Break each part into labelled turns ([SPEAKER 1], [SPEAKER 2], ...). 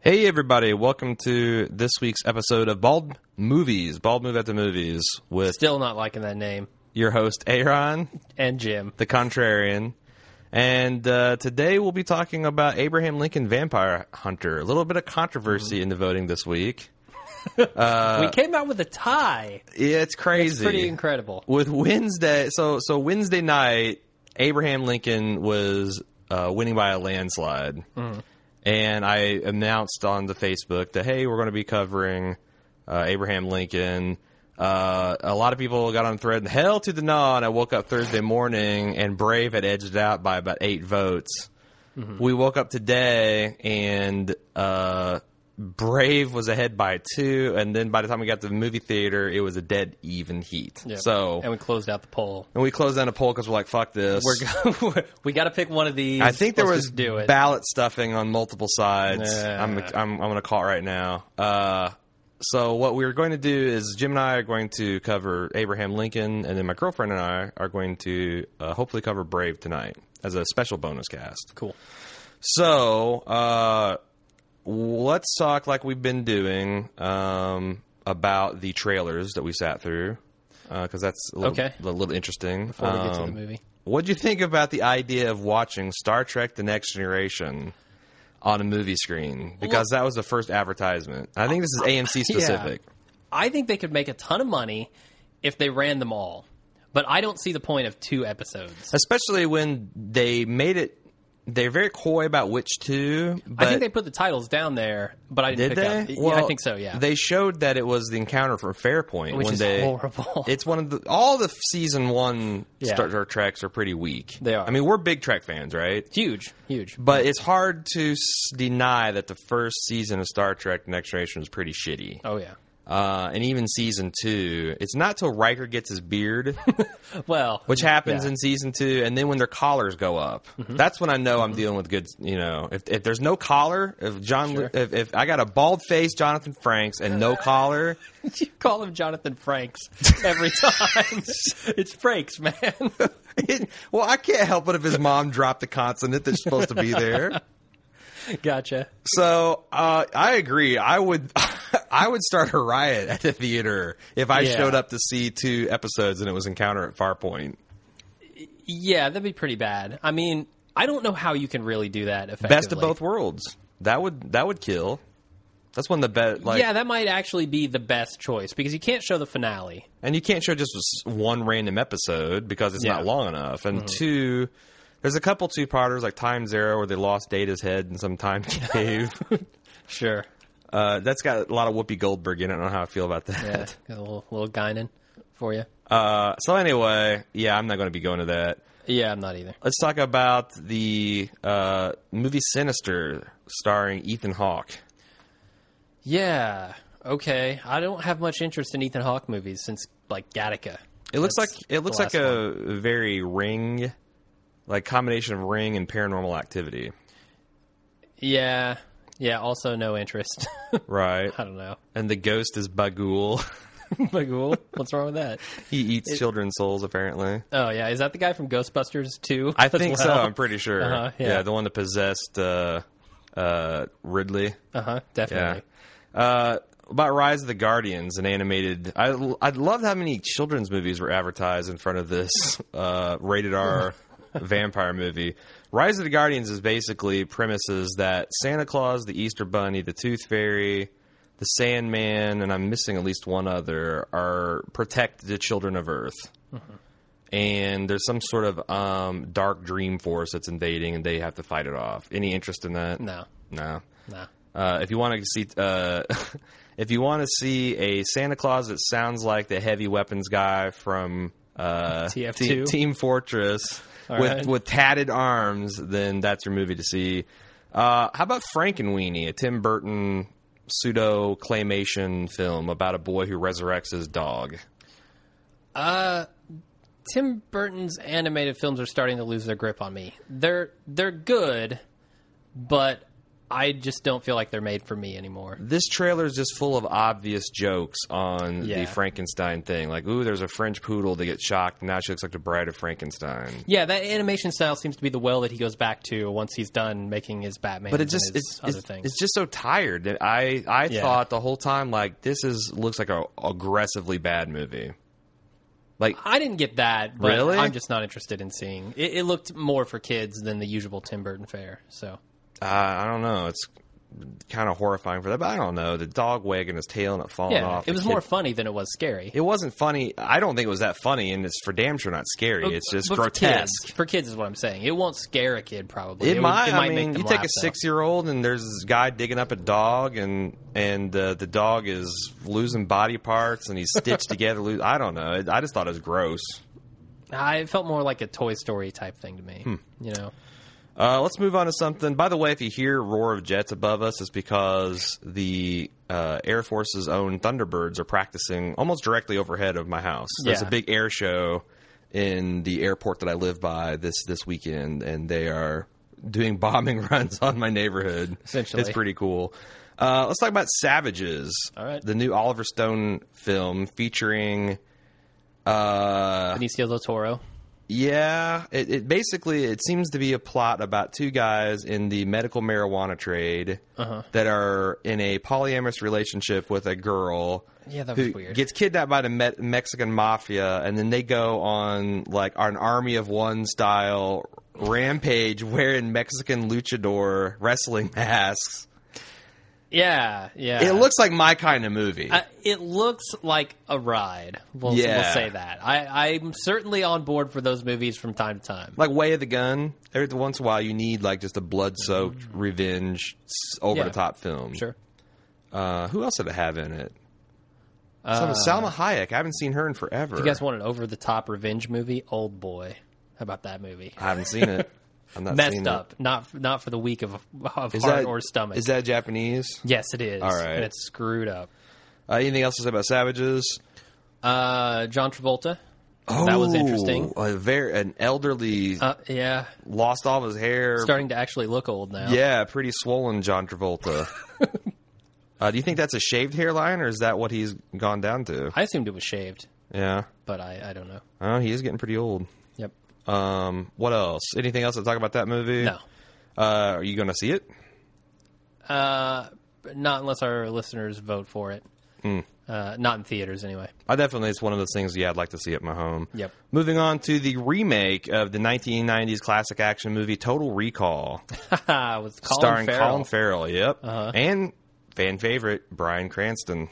[SPEAKER 1] Hey, everybody. Welcome to this week's episode of Bald Movies, Bald Move at the Movies, with
[SPEAKER 2] Still not liking that name.
[SPEAKER 1] your host, Aaron,
[SPEAKER 2] And Jim.
[SPEAKER 1] the Contrarian. And uh, today we'll be talking about Abraham Lincoln Vampire Hunter. A little bit of controversy in the voting this week. Uh,
[SPEAKER 2] we came out with a tie.
[SPEAKER 1] It's crazy.
[SPEAKER 2] It's pretty incredible.
[SPEAKER 1] with Wednesday, so so Wednesday night, Abraham Lincoln was uh, winning by a landslide, and I announced on the Facebook that hey, we're going to be covering uh, Abraham Lincoln. Uh, a lot of people got on the thread and hell to the no, and I woke up Thursday morning and Brave had edged it out by about eight votes.
[SPEAKER 2] Mm-hmm.
[SPEAKER 1] We woke up today and uh, Brave was ahead by two, and then by the time we got to the movie theater, it was a dead even heat.
[SPEAKER 2] Yeah.
[SPEAKER 1] So
[SPEAKER 2] and we closed out the poll.
[SPEAKER 1] and we closed down a poll because we're like, fuck this.
[SPEAKER 2] We're go- we got to pick one of these.
[SPEAKER 1] I think there
[SPEAKER 2] Let's
[SPEAKER 1] was
[SPEAKER 2] just do it.
[SPEAKER 1] ballot stuffing on multiple sides.
[SPEAKER 2] Yeah.
[SPEAKER 1] I'm, I'm, I'm going to call it right now. Uh, so what we're going to do is Jim and I are going to cover Abraham Lincoln, and then my girlfriend and I are going to uh, hopefully cover Brave tonight as a special bonus cast.
[SPEAKER 2] cool.
[SPEAKER 1] So uh, let's talk like we've been doing um, about the trailers that we sat through because that's a little,
[SPEAKER 2] Okay.
[SPEAKER 1] a little interesting.
[SPEAKER 2] Before we get to the
[SPEAKER 1] Um,
[SPEAKER 2] movie.
[SPEAKER 1] What'd you think about the idea of watching Star Trek The Next Generation on a movie screen? Because that was the first advertisement. I think this is AMC specific.
[SPEAKER 2] I think they could make a ton of money if they ran them all. But I don't see the point of two episodes.
[SPEAKER 1] Especially when they made it, they're very coy about which two. But
[SPEAKER 2] I think they put the titles down there, but I didn't
[SPEAKER 1] did
[SPEAKER 2] pick
[SPEAKER 1] they?
[SPEAKER 2] up. Yeah, I think so, yeah.
[SPEAKER 1] They showed that it was the encounter from Fairpoint.
[SPEAKER 2] Which
[SPEAKER 1] when
[SPEAKER 2] is
[SPEAKER 1] they,
[SPEAKER 2] horrible.
[SPEAKER 1] It's one of the all the season one
[SPEAKER 2] Yeah.
[SPEAKER 1] Star Treks are pretty weak.
[SPEAKER 2] They are.
[SPEAKER 1] I mean, we're big Trek fans, right?
[SPEAKER 2] huge, huge.
[SPEAKER 1] But it's hard to s- deny that the first season of Star Trek: Next Generation was pretty shitty,
[SPEAKER 2] Oh, yeah.
[SPEAKER 1] uh, and even season two. It's not till Riker gets his beard,
[SPEAKER 2] Well,
[SPEAKER 1] which happens
[SPEAKER 2] yeah. Mm-hmm.
[SPEAKER 1] in season two, and then when their collars go up, that's when I know I'm dealing with good. You know, if, if there's no collar, if John, if, if I got a bald face, Jonathan Franks, and no collar,
[SPEAKER 2] you call him Jonathan Franks every time. it's Franks, man.
[SPEAKER 1] it, well, I can't help it if his mom dropped the consonant that's supposed to be there.
[SPEAKER 2] gotcha.
[SPEAKER 1] So uh, I agree. I would I would start a riot at the theater if I
[SPEAKER 2] Yeah.
[SPEAKER 1] showed up to see two episodes and it was Encounter at Farpoint.
[SPEAKER 2] Yeah, that'd be pretty bad. I mean, I don't know how you can really do that effectively.
[SPEAKER 1] Best of both worlds. That would that would kill. That's one of the best. Like,
[SPEAKER 2] yeah, that might actually be the best choice because you can't show the finale.
[SPEAKER 1] and you can't show just one random episode because it's
[SPEAKER 2] Yeah. Mm-hmm.
[SPEAKER 1] not long enough. And two, there's a couple two parters like Time Zero where they lost Data's head in some time cave.
[SPEAKER 2] Sure.
[SPEAKER 1] uh, that's got a lot of Whoopi Goldberg in it. I don't know how I feel about that.
[SPEAKER 2] Yeah, got a little, little Guinan for you.
[SPEAKER 1] Uh, so anyway, yeah, I'm not going to be going to that.
[SPEAKER 2] Yeah, I'm not either.
[SPEAKER 1] Let's talk about the uh, movie Sinister, starring Ethan Hawke.
[SPEAKER 2] Yeah. Okay. I don't have much interest in Ethan Hawke movies since like Gattaca.
[SPEAKER 1] It looks
[SPEAKER 2] That's
[SPEAKER 1] like it looks
[SPEAKER 2] the
[SPEAKER 1] like
[SPEAKER 2] last
[SPEAKER 1] a very Ring, like combination of Ring and Paranormal Activity,
[SPEAKER 2] Yeah. Yeah. Also, no interest.
[SPEAKER 1] right?
[SPEAKER 2] I don't know.
[SPEAKER 1] and the ghost is Bagul.
[SPEAKER 2] Bagul, what's wrong with that?
[SPEAKER 1] he eats children's souls, apparently.
[SPEAKER 2] Oh yeah, is that the guy from Ghostbusters too?
[SPEAKER 1] I think so. I'm pretty sure.
[SPEAKER 2] Uh-huh, yeah.
[SPEAKER 1] the one that possessed uh, uh, Ridley.
[SPEAKER 2] Uh huh.
[SPEAKER 1] Yeah.
[SPEAKER 2] Definitely.
[SPEAKER 1] Uh, about Rise of the Guardians, an animated. I I loved how many children's movies were advertised in front of this uh, rated R vampire movie. Rise of the Guardians is basically premises that Santa Claus, the Easter Bunny, the Tooth Fairy, the Sandman, and I'm missing at least one other are protect the children of Earth. And there's some sort of um, dark dream force that's invading, and they have to fight it off. Any interest in that?
[SPEAKER 2] No.
[SPEAKER 1] No.
[SPEAKER 2] No.
[SPEAKER 1] Uh, if you want to see, uh, if you want to see a Santa Claus that sounds like the heavy weapons guy from uh,
[SPEAKER 2] TF2?
[SPEAKER 1] Te- Team Fortress
[SPEAKER 2] All
[SPEAKER 1] with
[SPEAKER 2] right.
[SPEAKER 1] with tatted arms, then that's your movie to see. Uh, how about Frankenweenie, a Tim Burton pseudo claymation film about a boy who resurrects his dog?
[SPEAKER 2] Tim Burton's animated films are starting to lose their grip on me. They're they're good, but I just don't feel like they're made for me anymore.
[SPEAKER 1] this trailer is just full of obvious jokes on
[SPEAKER 2] Yeah.
[SPEAKER 1] the Frankenstein thing. Like, ooh, there's a French poodle that gets shocked, and now she looks like the bride of Frankenstein.
[SPEAKER 2] Yeah, that animation style seems to be the well that he goes back to once he's done making his Batman.
[SPEAKER 1] But it just
[SPEAKER 2] and his
[SPEAKER 1] it's
[SPEAKER 2] other
[SPEAKER 1] it's,
[SPEAKER 2] things.
[SPEAKER 1] it's just so tired that I I
[SPEAKER 2] Yeah.
[SPEAKER 1] thought the whole time like this is looks like a aggressively bad movie. Like
[SPEAKER 2] I didn't get that. But
[SPEAKER 1] Really?
[SPEAKER 2] I'm just not interested in seeing. It, it looked more for kids than the usual Tim Burton fare. So
[SPEAKER 1] uh, I don't know, it's kind of horrifying for that. But I don't know, the dog wagging his tail and it falling
[SPEAKER 2] yeah,
[SPEAKER 1] off.
[SPEAKER 2] it
[SPEAKER 1] the
[SPEAKER 2] was
[SPEAKER 1] kid-
[SPEAKER 2] more funny than it was scary.
[SPEAKER 1] It wasn't funny. I don't think it was that funny, and it's for damn sure not scary. It's just
[SPEAKER 2] But
[SPEAKER 1] grotesque.
[SPEAKER 2] For kids, for kids is what I'm saying. It won't scare a kid probably.
[SPEAKER 1] It,
[SPEAKER 2] would-
[SPEAKER 1] might. I
[SPEAKER 2] make
[SPEAKER 1] mean,
[SPEAKER 2] them
[SPEAKER 1] you take
[SPEAKER 2] laugh,
[SPEAKER 1] a
[SPEAKER 2] though.
[SPEAKER 1] six-year-old, and there's this guy digging up a dog, and and uh, the dog is losing body parts, and he's stitched together. Lo- I don't know. I just thought it was gross.
[SPEAKER 2] I felt more like a Toy Story type thing to me.
[SPEAKER 1] Hmm.
[SPEAKER 2] You know,
[SPEAKER 1] Uh, let's move on to something. By the way, if you hear roar of jets above us, it's because the uh, Air Force's own Thunderbirds are practicing almost directly overhead of my house. There's
[SPEAKER 2] Yeah.
[SPEAKER 1] a big air show in the airport that I live by this this weekend, and they are doing bombing runs on my neighborhood.
[SPEAKER 2] Essentially.
[SPEAKER 1] it's pretty cool. Uh, let's talk about Savages,
[SPEAKER 2] All right.
[SPEAKER 1] the new Oliver Stone film featuring. Uh,
[SPEAKER 2] Benicio del Toro.
[SPEAKER 1] yeah, it, it basically it seems to be a plot about two guys in the medical marijuana trade
[SPEAKER 2] Uh-huh.
[SPEAKER 1] that are in a polyamorous relationship with a girl.
[SPEAKER 2] Yeah, that was
[SPEAKER 1] who
[SPEAKER 2] weird.
[SPEAKER 1] gets kidnapped by the Me- Mexican mafia, and then they go on like an army of one style rampage, wearing Mexican luchador wrestling masks.
[SPEAKER 2] yeah, yeah.
[SPEAKER 1] It looks like my kind of movie.
[SPEAKER 2] I, it looks like a ride. We'll,
[SPEAKER 1] Yeah.
[SPEAKER 2] we'll say that. I, I'm certainly on board for those movies from time to time.
[SPEAKER 1] like Way of the Gun. Every once in a while, you need like just a blood soaked revenge over the top film.
[SPEAKER 2] Mm-hmm. Sure.
[SPEAKER 1] Uh, who else did it have in it? Some- Salma Hayek. I haven't seen her in forever.
[SPEAKER 2] Uh, You guys want an over the top revenge movie? Old Boy. How about that movie?
[SPEAKER 1] I haven't seen it. I'm not
[SPEAKER 2] Messed
[SPEAKER 1] seen
[SPEAKER 2] up. Not not for the weak of, of
[SPEAKER 1] It. Is
[SPEAKER 2] heart
[SPEAKER 1] that
[SPEAKER 2] or stomach.
[SPEAKER 1] Is that Japanese?
[SPEAKER 2] yes, it is.
[SPEAKER 1] All right.
[SPEAKER 2] And it's screwed up.
[SPEAKER 1] Uh, anything else to say about Savages?
[SPEAKER 2] Uh, John Travolta. that was
[SPEAKER 1] Oh,
[SPEAKER 2] interesting.
[SPEAKER 1] A very an elderly
[SPEAKER 2] Uh, yeah,
[SPEAKER 1] lost all of his hair.
[SPEAKER 2] starting to actually look old now.
[SPEAKER 1] yeah, pretty swollen John Travolta. uh, do you think that's a shaved hairline, or is that what he's gone down to?
[SPEAKER 2] I assumed it was shaved,
[SPEAKER 1] Yeah.
[SPEAKER 2] but I, I don't know.
[SPEAKER 1] Oh, he is getting pretty old.
[SPEAKER 2] Yep.
[SPEAKER 1] Um, what else? Anything else to talk about that movie?
[SPEAKER 2] No.
[SPEAKER 1] Uh, are you going to see it?
[SPEAKER 2] Uh, not unless our listeners vote for it.
[SPEAKER 1] Hmm.
[SPEAKER 2] Uh, not in theaters anyway.
[SPEAKER 1] I definitely, it's one of those things, yeah, I'd like to see at my home.
[SPEAKER 2] Yep.
[SPEAKER 1] Moving on to the remake of the 1990s classic action movie Total Recall,
[SPEAKER 2] With Colin
[SPEAKER 1] starring
[SPEAKER 2] Farrell.
[SPEAKER 1] Colin Farrell, yep. And fan favorite, Brian Cranston.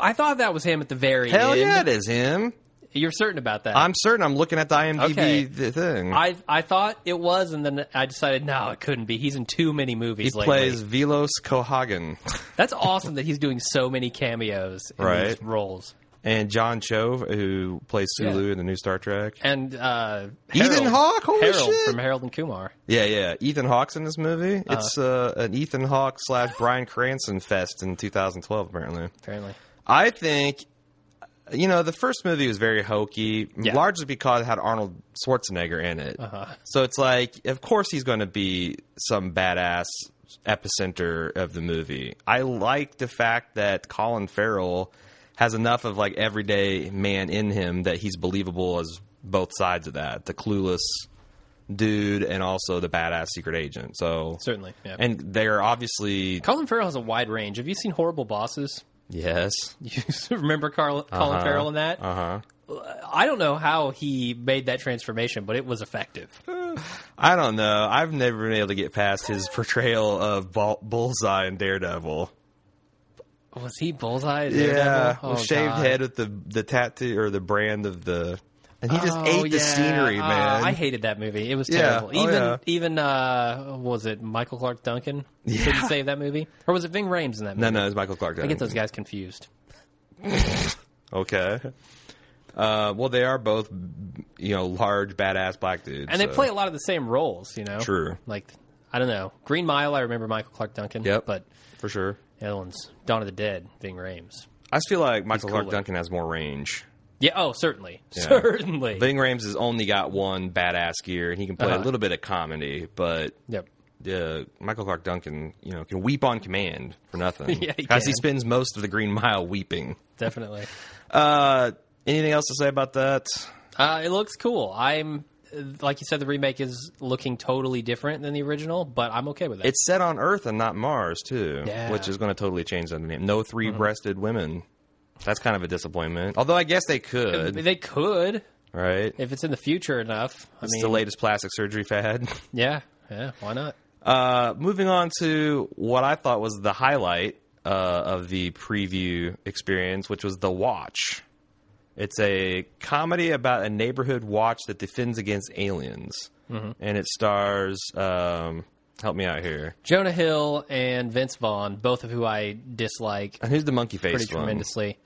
[SPEAKER 2] I thought that was him at the very
[SPEAKER 1] Hell
[SPEAKER 2] end.
[SPEAKER 1] yeah, it is him.
[SPEAKER 2] You're certain about that?
[SPEAKER 1] I'm certain I'm looking at the IMDb
[SPEAKER 2] Okay.
[SPEAKER 1] th- thing.
[SPEAKER 2] I I thought it was, and then I decided no, it couldn't be. He's in too many
[SPEAKER 1] he
[SPEAKER 2] movies. lately.
[SPEAKER 1] plays Velos Kohagen.
[SPEAKER 2] That's awesome that he's doing so many cameos in
[SPEAKER 1] Right.
[SPEAKER 2] these roles.
[SPEAKER 1] and John Cho, who plays Sulu in the new Star Trek.
[SPEAKER 2] And uh,
[SPEAKER 1] Ethan
[SPEAKER 2] Harold-
[SPEAKER 1] Hawke? Holy
[SPEAKER 2] Harold
[SPEAKER 1] shit.
[SPEAKER 2] from Harold and Kumar.
[SPEAKER 1] Yeah, yeah. Ethan Hawke's in this movie. It's uh, an Ethan Hawke slash Brian Cranston fest in 2012, apparently.
[SPEAKER 2] Apparently,
[SPEAKER 1] I think, you know, the first movie was very hokey,
[SPEAKER 2] Yeah.
[SPEAKER 1] largely because it had Arnold Schwarzenegger in it. So it's like, of course, he's going to be some badass epicenter of the movie. I like the fact that Colin Farrell has enough of like everyday man in him that he's believable as both sides of that the clueless dude and also the badass secret agent. So
[SPEAKER 2] certainly. Yeah.
[SPEAKER 1] and they're obviously
[SPEAKER 2] Colin Farrell has a wide range. Have you seen Horrible Bosses?
[SPEAKER 1] yes.
[SPEAKER 2] You remember Carl, Colin
[SPEAKER 1] Uh-huh.
[SPEAKER 2] Farrell in that?
[SPEAKER 1] Uh-huh.
[SPEAKER 2] I don't know how he made that transformation, but it was effective.
[SPEAKER 1] I don't know. I've never been able to get past his portrayal of Bull- Bullseye in Daredevil.
[SPEAKER 2] Was he Bullseye? in
[SPEAKER 1] Yeah,
[SPEAKER 2] Daredevil?
[SPEAKER 1] with
[SPEAKER 2] Oh,
[SPEAKER 1] shaved
[SPEAKER 2] God.
[SPEAKER 1] head with the the tattoo or the brand of the, and he just
[SPEAKER 2] Oh,
[SPEAKER 1] ate the
[SPEAKER 2] yeah.
[SPEAKER 1] scenery,
[SPEAKER 2] Uh,
[SPEAKER 1] man.
[SPEAKER 2] I hated that movie. It was
[SPEAKER 1] Yeah.
[SPEAKER 2] terrible.
[SPEAKER 1] Oh,
[SPEAKER 2] even
[SPEAKER 1] yeah.
[SPEAKER 2] even uh, what was it Michael Clark Duncan?
[SPEAKER 1] Yeah.
[SPEAKER 2] Couldn't save that movie, or was it Ving Rhames in that movie?
[SPEAKER 1] no, no, it's Michael Clark.
[SPEAKER 2] I get those guys confused.
[SPEAKER 1] Okay. Uh, well, they are both, you know, large badass black dudes,
[SPEAKER 2] And they
[SPEAKER 1] so-
[SPEAKER 2] play a lot of the same roles, you know.
[SPEAKER 1] True.
[SPEAKER 2] Like I don't know, Green Mile. I remember Michael Clark Duncan.
[SPEAKER 1] Yep.
[SPEAKER 2] But
[SPEAKER 1] for sure.
[SPEAKER 2] the other one's Dawn of the Dead. Ving Rhames.
[SPEAKER 1] I just feel like Michael Clark
[SPEAKER 2] cooler.
[SPEAKER 1] Duncan has more range.
[SPEAKER 2] Yeah. Oh, certainly, certainly.
[SPEAKER 1] Ving Rhames has only got one badass gear, and he can play
[SPEAKER 2] Uh-huh.
[SPEAKER 1] a little bit of comedy, but
[SPEAKER 2] yep.
[SPEAKER 1] uh, Michael Clark Duncan, you know, can weep on command for nothing,
[SPEAKER 2] Yeah, he
[SPEAKER 1] as he
[SPEAKER 2] can.
[SPEAKER 1] spends most of the Green Mile weeping.
[SPEAKER 2] Definitely.
[SPEAKER 1] Uh, anything else to say about that?
[SPEAKER 2] Uh, it looks cool. I'm uh, like you said, the remake is looking totally different than the original, but I'm okay with it.
[SPEAKER 1] It's set on Earth and not Mars too,
[SPEAKER 2] Yeah. Mm-hmm.
[SPEAKER 1] which is going to totally change the name. No three-breasted women. That's kind of a disappointment. Although I guess they could,
[SPEAKER 2] they could
[SPEAKER 1] right?
[SPEAKER 2] if it's in the future enough. I
[SPEAKER 1] It's
[SPEAKER 2] mean,
[SPEAKER 1] the latest plastic surgery fad.
[SPEAKER 2] yeah, yeah. Why not?
[SPEAKER 1] Uh, moving on to what I thought was the highlight uh, of the preview experience, which was The Watch. It's a comedy about a neighborhood watch that defends against aliens.
[SPEAKER 2] Mm-hmm.
[SPEAKER 1] And it stars, um, help me out here.
[SPEAKER 2] Jonah Hill and Vince Vaughn, both of who I dislike
[SPEAKER 1] And who's the monkey face
[SPEAKER 2] pretty
[SPEAKER 1] one?
[SPEAKER 2] tremendously.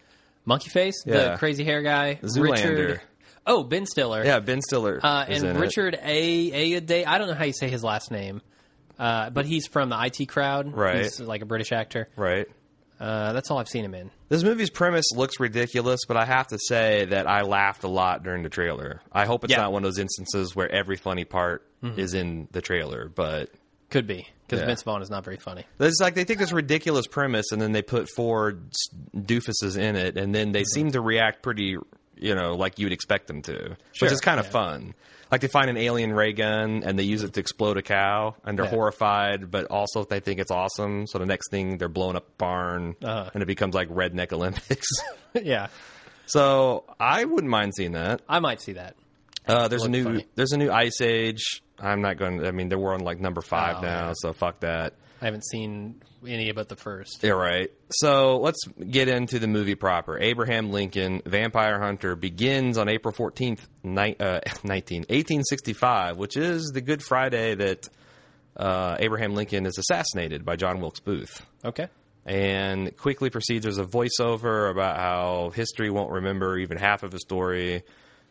[SPEAKER 2] Monkey Face,
[SPEAKER 1] Yeah.
[SPEAKER 2] the crazy hair guy,
[SPEAKER 1] Zoolander.
[SPEAKER 2] Richard. Oh, Ben Stiller.
[SPEAKER 1] Yeah, Ben Stiller.
[SPEAKER 2] Uh,
[SPEAKER 1] is
[SPEAKER 2] and
[SPEAKER 1] in it.
[SPEAKER 2] Richard A. A. Day. I don't know how you say his last name, uh, but he's from the IT crowd.
[SPEAKER 1] Right.
[SPEAKER 2] He's like a British actor.
[SPEAKER 1] Right.
[SPEAKER 2] Uh, that's all I've seen him in.
[SPEAKER 1] This movie's premise looks ridiculous, but I have to say that I laughed a lot during the trailer. I hope it's
[SPEAKER 2] Yeah. Mm-hmm.
[SPEAKER 1] not one of those instances where every funny part is in the trailer, but
[SPEAKER 2] Could be because
[SPEAKER 1] Yeah.
[SPEAKER 2] Vince Vaughn is not very funny.
[SPEAKER 1] It's like they take this ridiculous premise and then they put four s- doofuses in it, and then they seem to react pretty, you know, like you'd expect them to,
[SPEAKER 2] Sure,
[SPEAKER 1] which is kind of
[SPEAKER 2] yeah.
[SPEAKER 1] fun. Like they find an alien ray gun and they use it to explode a cow, and they're
[SPEAKER 2] Yeah.
[SPEAKER 1] horrified, but also they think it's awesome. So the next thing, they're blowing up a barn,
[SPEAKER 2] Uh-huh.
[SPEAKER 1] and it becomes like redneck Olympics.
[SPEAKER 2] yeah,
[SPEAKER 1] so I wouldn't mind seeing that.
[SPEAKER 2] I might see that.
[SPEAKER 1] Uh, there's a
[SPEAKER 2] Look
[SPEAKER 1] new
[SPEAKER 2] funny.
[SPEAKER 1] there's a new Ice Age. I'm not going. to I mean, they're on like number five
[SPEAKER 2] Oh,
[SPEAKER 1] now,
[SPEAKER 2] yeah.
[SPEAKER 1] so fuck that.
[SPEAKER 2] I haven't seen any but the first.
[SPEAKER 1] All right. So let's get into the movie proper. Abraham Lincoln, Vampire Hunter, begins on April 14th, ni- uh, 19, 1865, which is the Good Friday that uh, Abraham Lincoln is assassinated by John Wilkes Booth.
[SPEAKER 2] Okay.
[SPEAKER 1] And quickly proceeds as a voiceover about how history won't remember even half of the story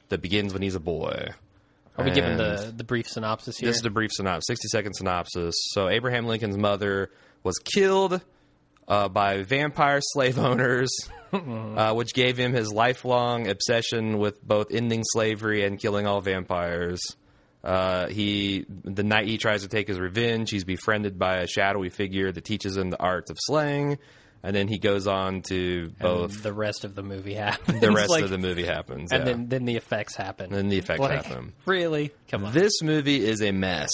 [SPEAKER 1] that begins when he's a boy.
[SPEAKER 2] I'll be given
[SPEAKER 1] And-
[SPEAKER 2] the, the brief synopsis here.
[SPEAKER 1] this is the brief synopsis, 60 second synopsis. So, Abraham Lincoln's mother was killed uh, by vampire slave owners, uh, which gave him his lifelong obsession with both ending slavery and killing all vampires. Uh, he the night he tries to take his revenge, he's befriended by a shadowy figure that teaches him the arts of slaying, and then he goes on to both.
[SPEAKER 2] the rest of the movie happens.
[SPEAKER 1] the rest
[SPEAKER 2] Like,
[SPEAKER 1] of the movie happens,
[SPEAKER 2] and
[SPEAKER 1] yeah.
[SPEAKER 2] then then the effects happen.
[SPEAKER 1] Then the effects
[SPEAKER 2] Like,
[SPEAKER 1] happen.
[SPEAKER 2] Really? Come on.
[SPEAKER 1] This movie is a mess.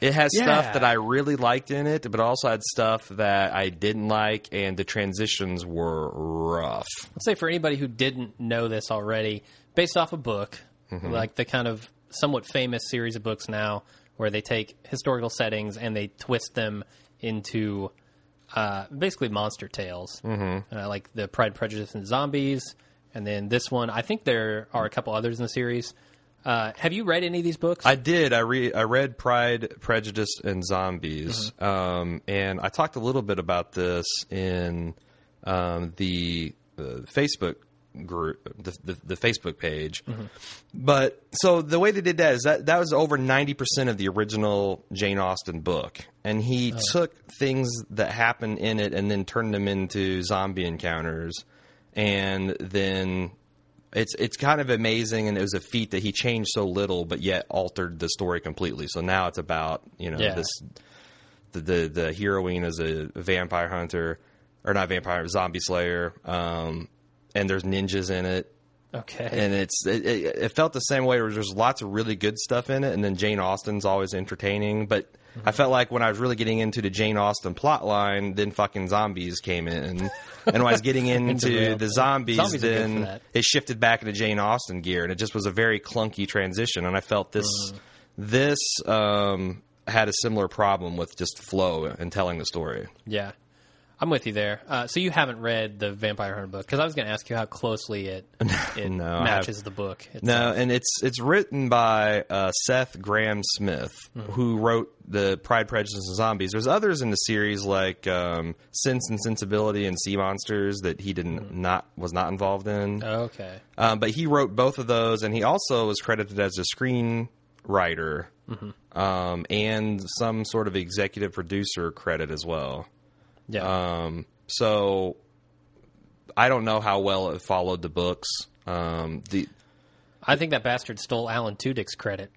[SPEAKER 1] It has
[SPEAKER 2] Yeah.
[SPEAKER 1] stuff that I really liked in it, but also had stuff that I didn't like, and the transitions were rough.
[SPEAKER 2] I'd say for anybody who didn't know this already, based off a book,
[SPEAKER 1] Mm-hmm.
[SPEAKER 2] like the kind of somewhat famous series of books now, where they take historical settings and they twist them into uh, basically monster tales, mm-hmm. uh, like the Pride, Prejudice, and Zombies, and then this one. I think there are a couple others in the series. Uh, have you read any of these books?
[SPEAKER 1] I did. I re- I read Pride, Prejudice, and Zombies, um, and I talked a little bit about this in um, the uh, Facebook group, the, the, the Facebook page. But so the way they did that is that that was over ninety percent of the original Jane Austen book, and he took things that happened in it and then turned them into zombie encounters, and then it's it's kind of amazing, and it was a feat that he changed so little, but yet altered the story completely. So now it's about you know
[SPEAKER 2] Yeah.
[SPEAKER 1] this the, the the heroine is a vampire hunter or not vampire zombie slayer, um, and there's ninjas in it
[SPEAKER 2] okay.
[SPEAKER 1] and it's it, it, it felt the same way. Where there's lots of really good stuff in it, and then Jane Austen's always entertaining. But I felt like when I was really getting into the Jane Austen plot line, then fucking zombies came in, and when I was getting into
[SPEAKER 2] Derailed.
[SPEAKER 1] the zombies,
[SPEAKER 2] Zombies are good for
[SPEAKER 1] then
[SPEAKER 2] that.
[SPEAKER 1] it shifted back into Jane Austen gear, and it just was a very clunky transition. And I felt this
[SPEAKER 2] Mm-hmm.
[SPEAKER 1] this um, had a similar problem with just flow and telling the story.
[SPEAKER 2] Yeah, I'm with you there. Uh, so you haven't read the Vampire Hunter book because I was going to ask you how closely it it
[SPEAKER 1] No, I
[SPEAKER 2] matches the book. It's-
[SPEAKER 1] No, and it's it's written by uh, Seth Graham Smith, who wrote the Pride, Prejudice, and Zombies. There's others in the series like um, Sense and Sensibility and Sea Monsters that he didn't not was not involved in.
[SPEAKER 2] Oh. Okay.
[SPEAKER 1] Um, but he wrote both of those, and he also was credited as a screenwriter um, and some sort of executive producer credit as well.
[SPEAKER 2] Yeah.
[SPEAKER 1] Um, so I don't know how well it followed the books. Um, the
[SPEAKER 2] I think that bastard stole Alan Tudyk's credit.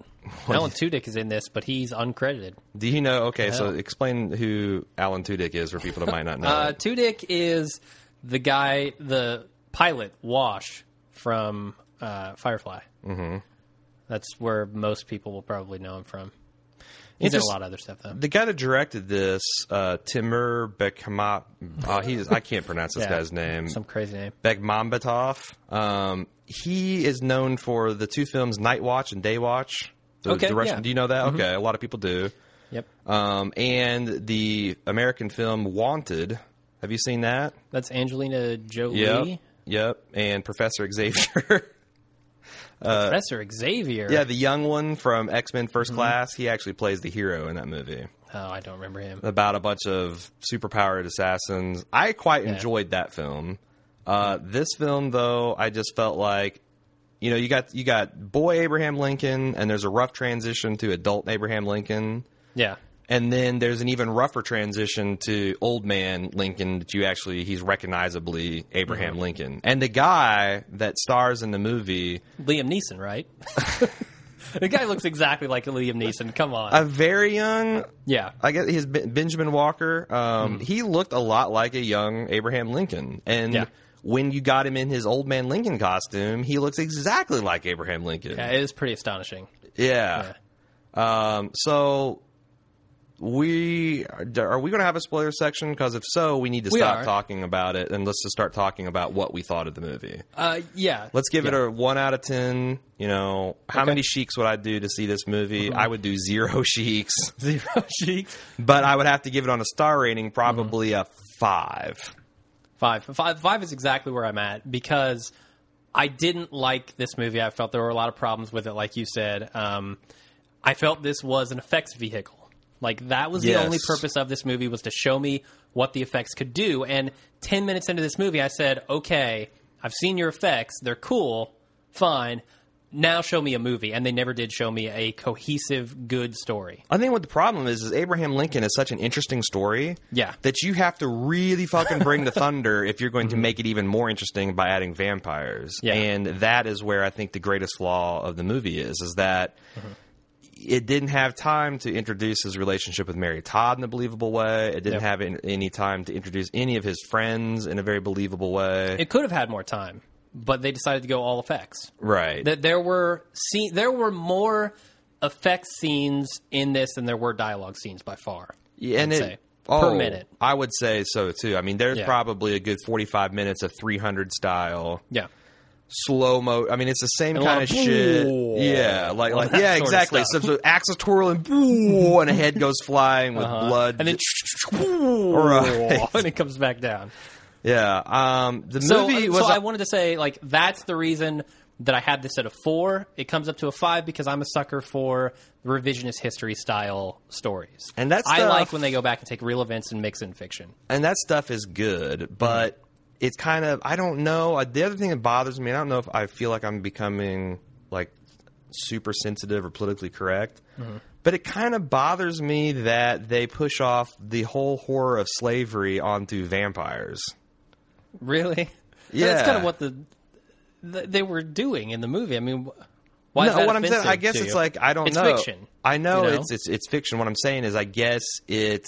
[SPEAKER 2] Alan Tudyk is in this, but he's uncredited.
[SPEAKER 1] Do you know? Okay, so explain who Alan Tudyk is for people that might not know.
[SPEAKER 2] Uh, Tudyk is the guy, the pilot Wash from uh, Firefly. Mm-hmm. That's where most people will probably know him from. He's done
[SPEAKER 1] Interest-
[SPEAKER 2] a lot of other stuff though.
[SPEAKER 1] the guy that directed this, uh, Timur Bekmambetov, uh, he's I can't pronounce this
[SPEAKER 2] Yeah.
[SPEAKER 1] guy's name.
[SPEAKER 2] Some crazy name.
[SPEAKER 1] Bekmambetov. Um, he is known for the two films Night Watch and Day Watch. The,
[SPEAKER 2] Okay,
[SPEAKER 1] the Russian,
[SPEAKER 2] yeah.
[SPEAKER 1] Do you know that? Okay, a lot of people do.
[SPEAKER 2] Yep,
[SPEAKER 1] Um, and the American film Wanted. Have you seen that?
[SPEAKER 2] that's Angelina Jolie,
[SPEAKER 1] Yep. Yep. And Professor Xavier.
[SPEAKER 2] Professor Xavier.
[SPEAKER 1] yeah, the young one from X Men 1st Class. He actually plays the hero in that movie.
[SPEAKER 2] Oh, I don't remember him.
[SPEAKER 1] about a bunch of superpowered assassins. I quite enjoyed that film. Uh, this film, though, I just felt like, you know, you got you got boy Abraham Lincoln, and there's a rough transition to adult Abraham Lincoln,
[SPEAKER 2] Yeah,
[SPEAKER 1] and then there's an even rougher transition to old man Lincoln that you actually he's recognizably Abraham Lincoln, and the guy that stars in the movie,
[SPEAKER 2] Liam Neeson, right? the guy looks exactly like Liam Neeson. Come on.
[SPEAKER 1] a very young
[SPEAKER 2] yeah,
[SPEAKER 1] I guess his Ben- Benjamin Walker. Um, He looked a lot like a young Abraham Lincoln, and
[SPEAKER 2] Hmm. Yeah.
[SPEAKER 1] when you got him in his old man Lincoln costume, he looks exactly like Abraham Lincoln.
[SPEAKER 2] yeah, it is pretty astonishing.
[SPEAKER 1] Yeah. Um, so we are we going to have a spoiler section? Because if so, we need to
[SPEAKER 2] We
[SPEAKER 1] stop
[SPEAKER 2] are.
[SPEAKER 1] talking about it and let's just start talking about what we thought of the movie.
[SPEAKER 2] Uh, yeah.
[SPEAKER 1] Let's give
[SPEAKER 2] Yeah.
[SPEAKER 1] it a one out of ten. You know, how
[SPEAKER 2] Okay.
[SPEAKER 1] many sheiks would I do to see this movie? I would do zero sheiks.
[SPEAKER 2] zero cheeks.
[SPEAKER 1] but I would have to give it on a star
[SPEAKER 2] Mm-hmm.
[SPEAKER 1] rating, probably a five.
[SPEAKER 2] Five. Five. Five is exactly where I'm at because I didn't like this movie. I felt there were a lot of problems with it, like you said. Um, I felt this was an effects vehicle. Like that was
[SPEAKER 1] Yes.
[SPEAKER 2] the only purpose of this movie was to show me what the effects could do. And ten minutes into this movie, I said, "Okay, I've seen your effects. They're cool, fine. Now show me a movie." And they never did show me a cohesive, good story.
[SPEAKER 1] I think what the problem is is Abraham Lincoln is such an interesting story,
[SPEAKER 2] Yeah.
[SPEAKER 1] that you have to really fucking bring the thunder if you're going to make it even more interesting by adding vampires.
[SPEAKER 2] Mm-hmm. Yeah.
[SPEAKER 1] And that is where I think the greatest flaw of the movie is is that
[SPEAKER 2] Mm-hmm.
[SPEAKER 1] it didn't have time to introduce his relationship with Mary Todd in a believable way. It didn't
[SPEAKER 2] Yep.
[SPEAKER 1] have an- any time to introduce any of his friends in a very believable way.
[SPEAKER 2] It could have had more time, but they decided to go all effects.
[SPEAKER 1] right.
[SPEAKER 2] That there were scene, there were more effects scenes in this than there were dialogue scenes by far.
[SPEAKER 1] Yeah, and
[SPEAKER 2] I'd
[SPEAKER 1] it, Oh,
[SPEAKER 2] say, per minute.
[SPEAKER 1] I would say so too. I mean, there's
[SPEAKER 2] Yeah.
[SPEAKER 1] probably a good 45 minutes of 300 style
[SPEAKER 2] Yeah.
[SPEAKER 1] slow mo. I mean, it's the same
[SPEAKER 2] And a
[SPEAKER 1] kind
[SPEAKER 2] lot
[SPEAKER 1] of
[SPEAKER 2] of
[SPEAKER 1] shit.
[SPEAKER 2] boo.
[SPEAKER 1] Yeah, like like
[SPEAKER 2] that
[SPEAKER 1] yeah,
[SPEAKER 2] sort of
[SPEAKER 1] exactly. So,
[SPEAKER 2] stuff.
[SPEAKER 1] so axle twirl and boo, and a head goes flying with blood.
[SPEAKER 2] Uh-huh. And then
[SPEAKER 1] Right.
[SPEAKER 2] and it comes back down.
[SPEAKER 1] yeah, um, the
[SPEAKER 2] So, uh,
[SPEAKER 1] movie
[SPEAKER 2] so
[SPEAKER 1] was.
[SPEAKER 2] I wanted to say like that's the reason that I had this at a 4. It comes up to a 5 because I'm a sucker for revisionist history style stories.
[SPEAKER 1] And that
[SPEAKER 2] I
[SPEAKER 1] stuff-
[SPEAKER 2] like when they go back and take real events and mix in fiction.
[SPEAKER 1] and that stuff is good, but it's kind of I don't know. Uh, The other thing that bothers me, I don't know if I feel like I'm becoming like super sensitive or politically correct, but it kind of bothers me that they push off the whole horror of slavery onto vampires.
[SPEAKER 2] Really?
[SPEAKER 1] Yeah.
[SPEAKER 2] that's kind of what the th- they were doing in the movie. I mean, wh- why is
[SPEAKER 1] no,
[SPEAKER 2] that
[SPEAKER 1] what I'm saying,
[SPEAKER 2] offensive
[SPEAKER 1] I guess
[SPEAKER 2] to
[SPEAKER 1] it's
[SPEAKER 2] you?
[SPEAKER 1] like I don't
[SPEAKER 2] It's
[SPEAKER 1] know.
[SPEAKER 2] fiction,
[SPEAKER 1] I know,
[SPEAKER 2] you know?
[SPEAKER 1] it's it's it's fiction. What I'm saying is, I guess it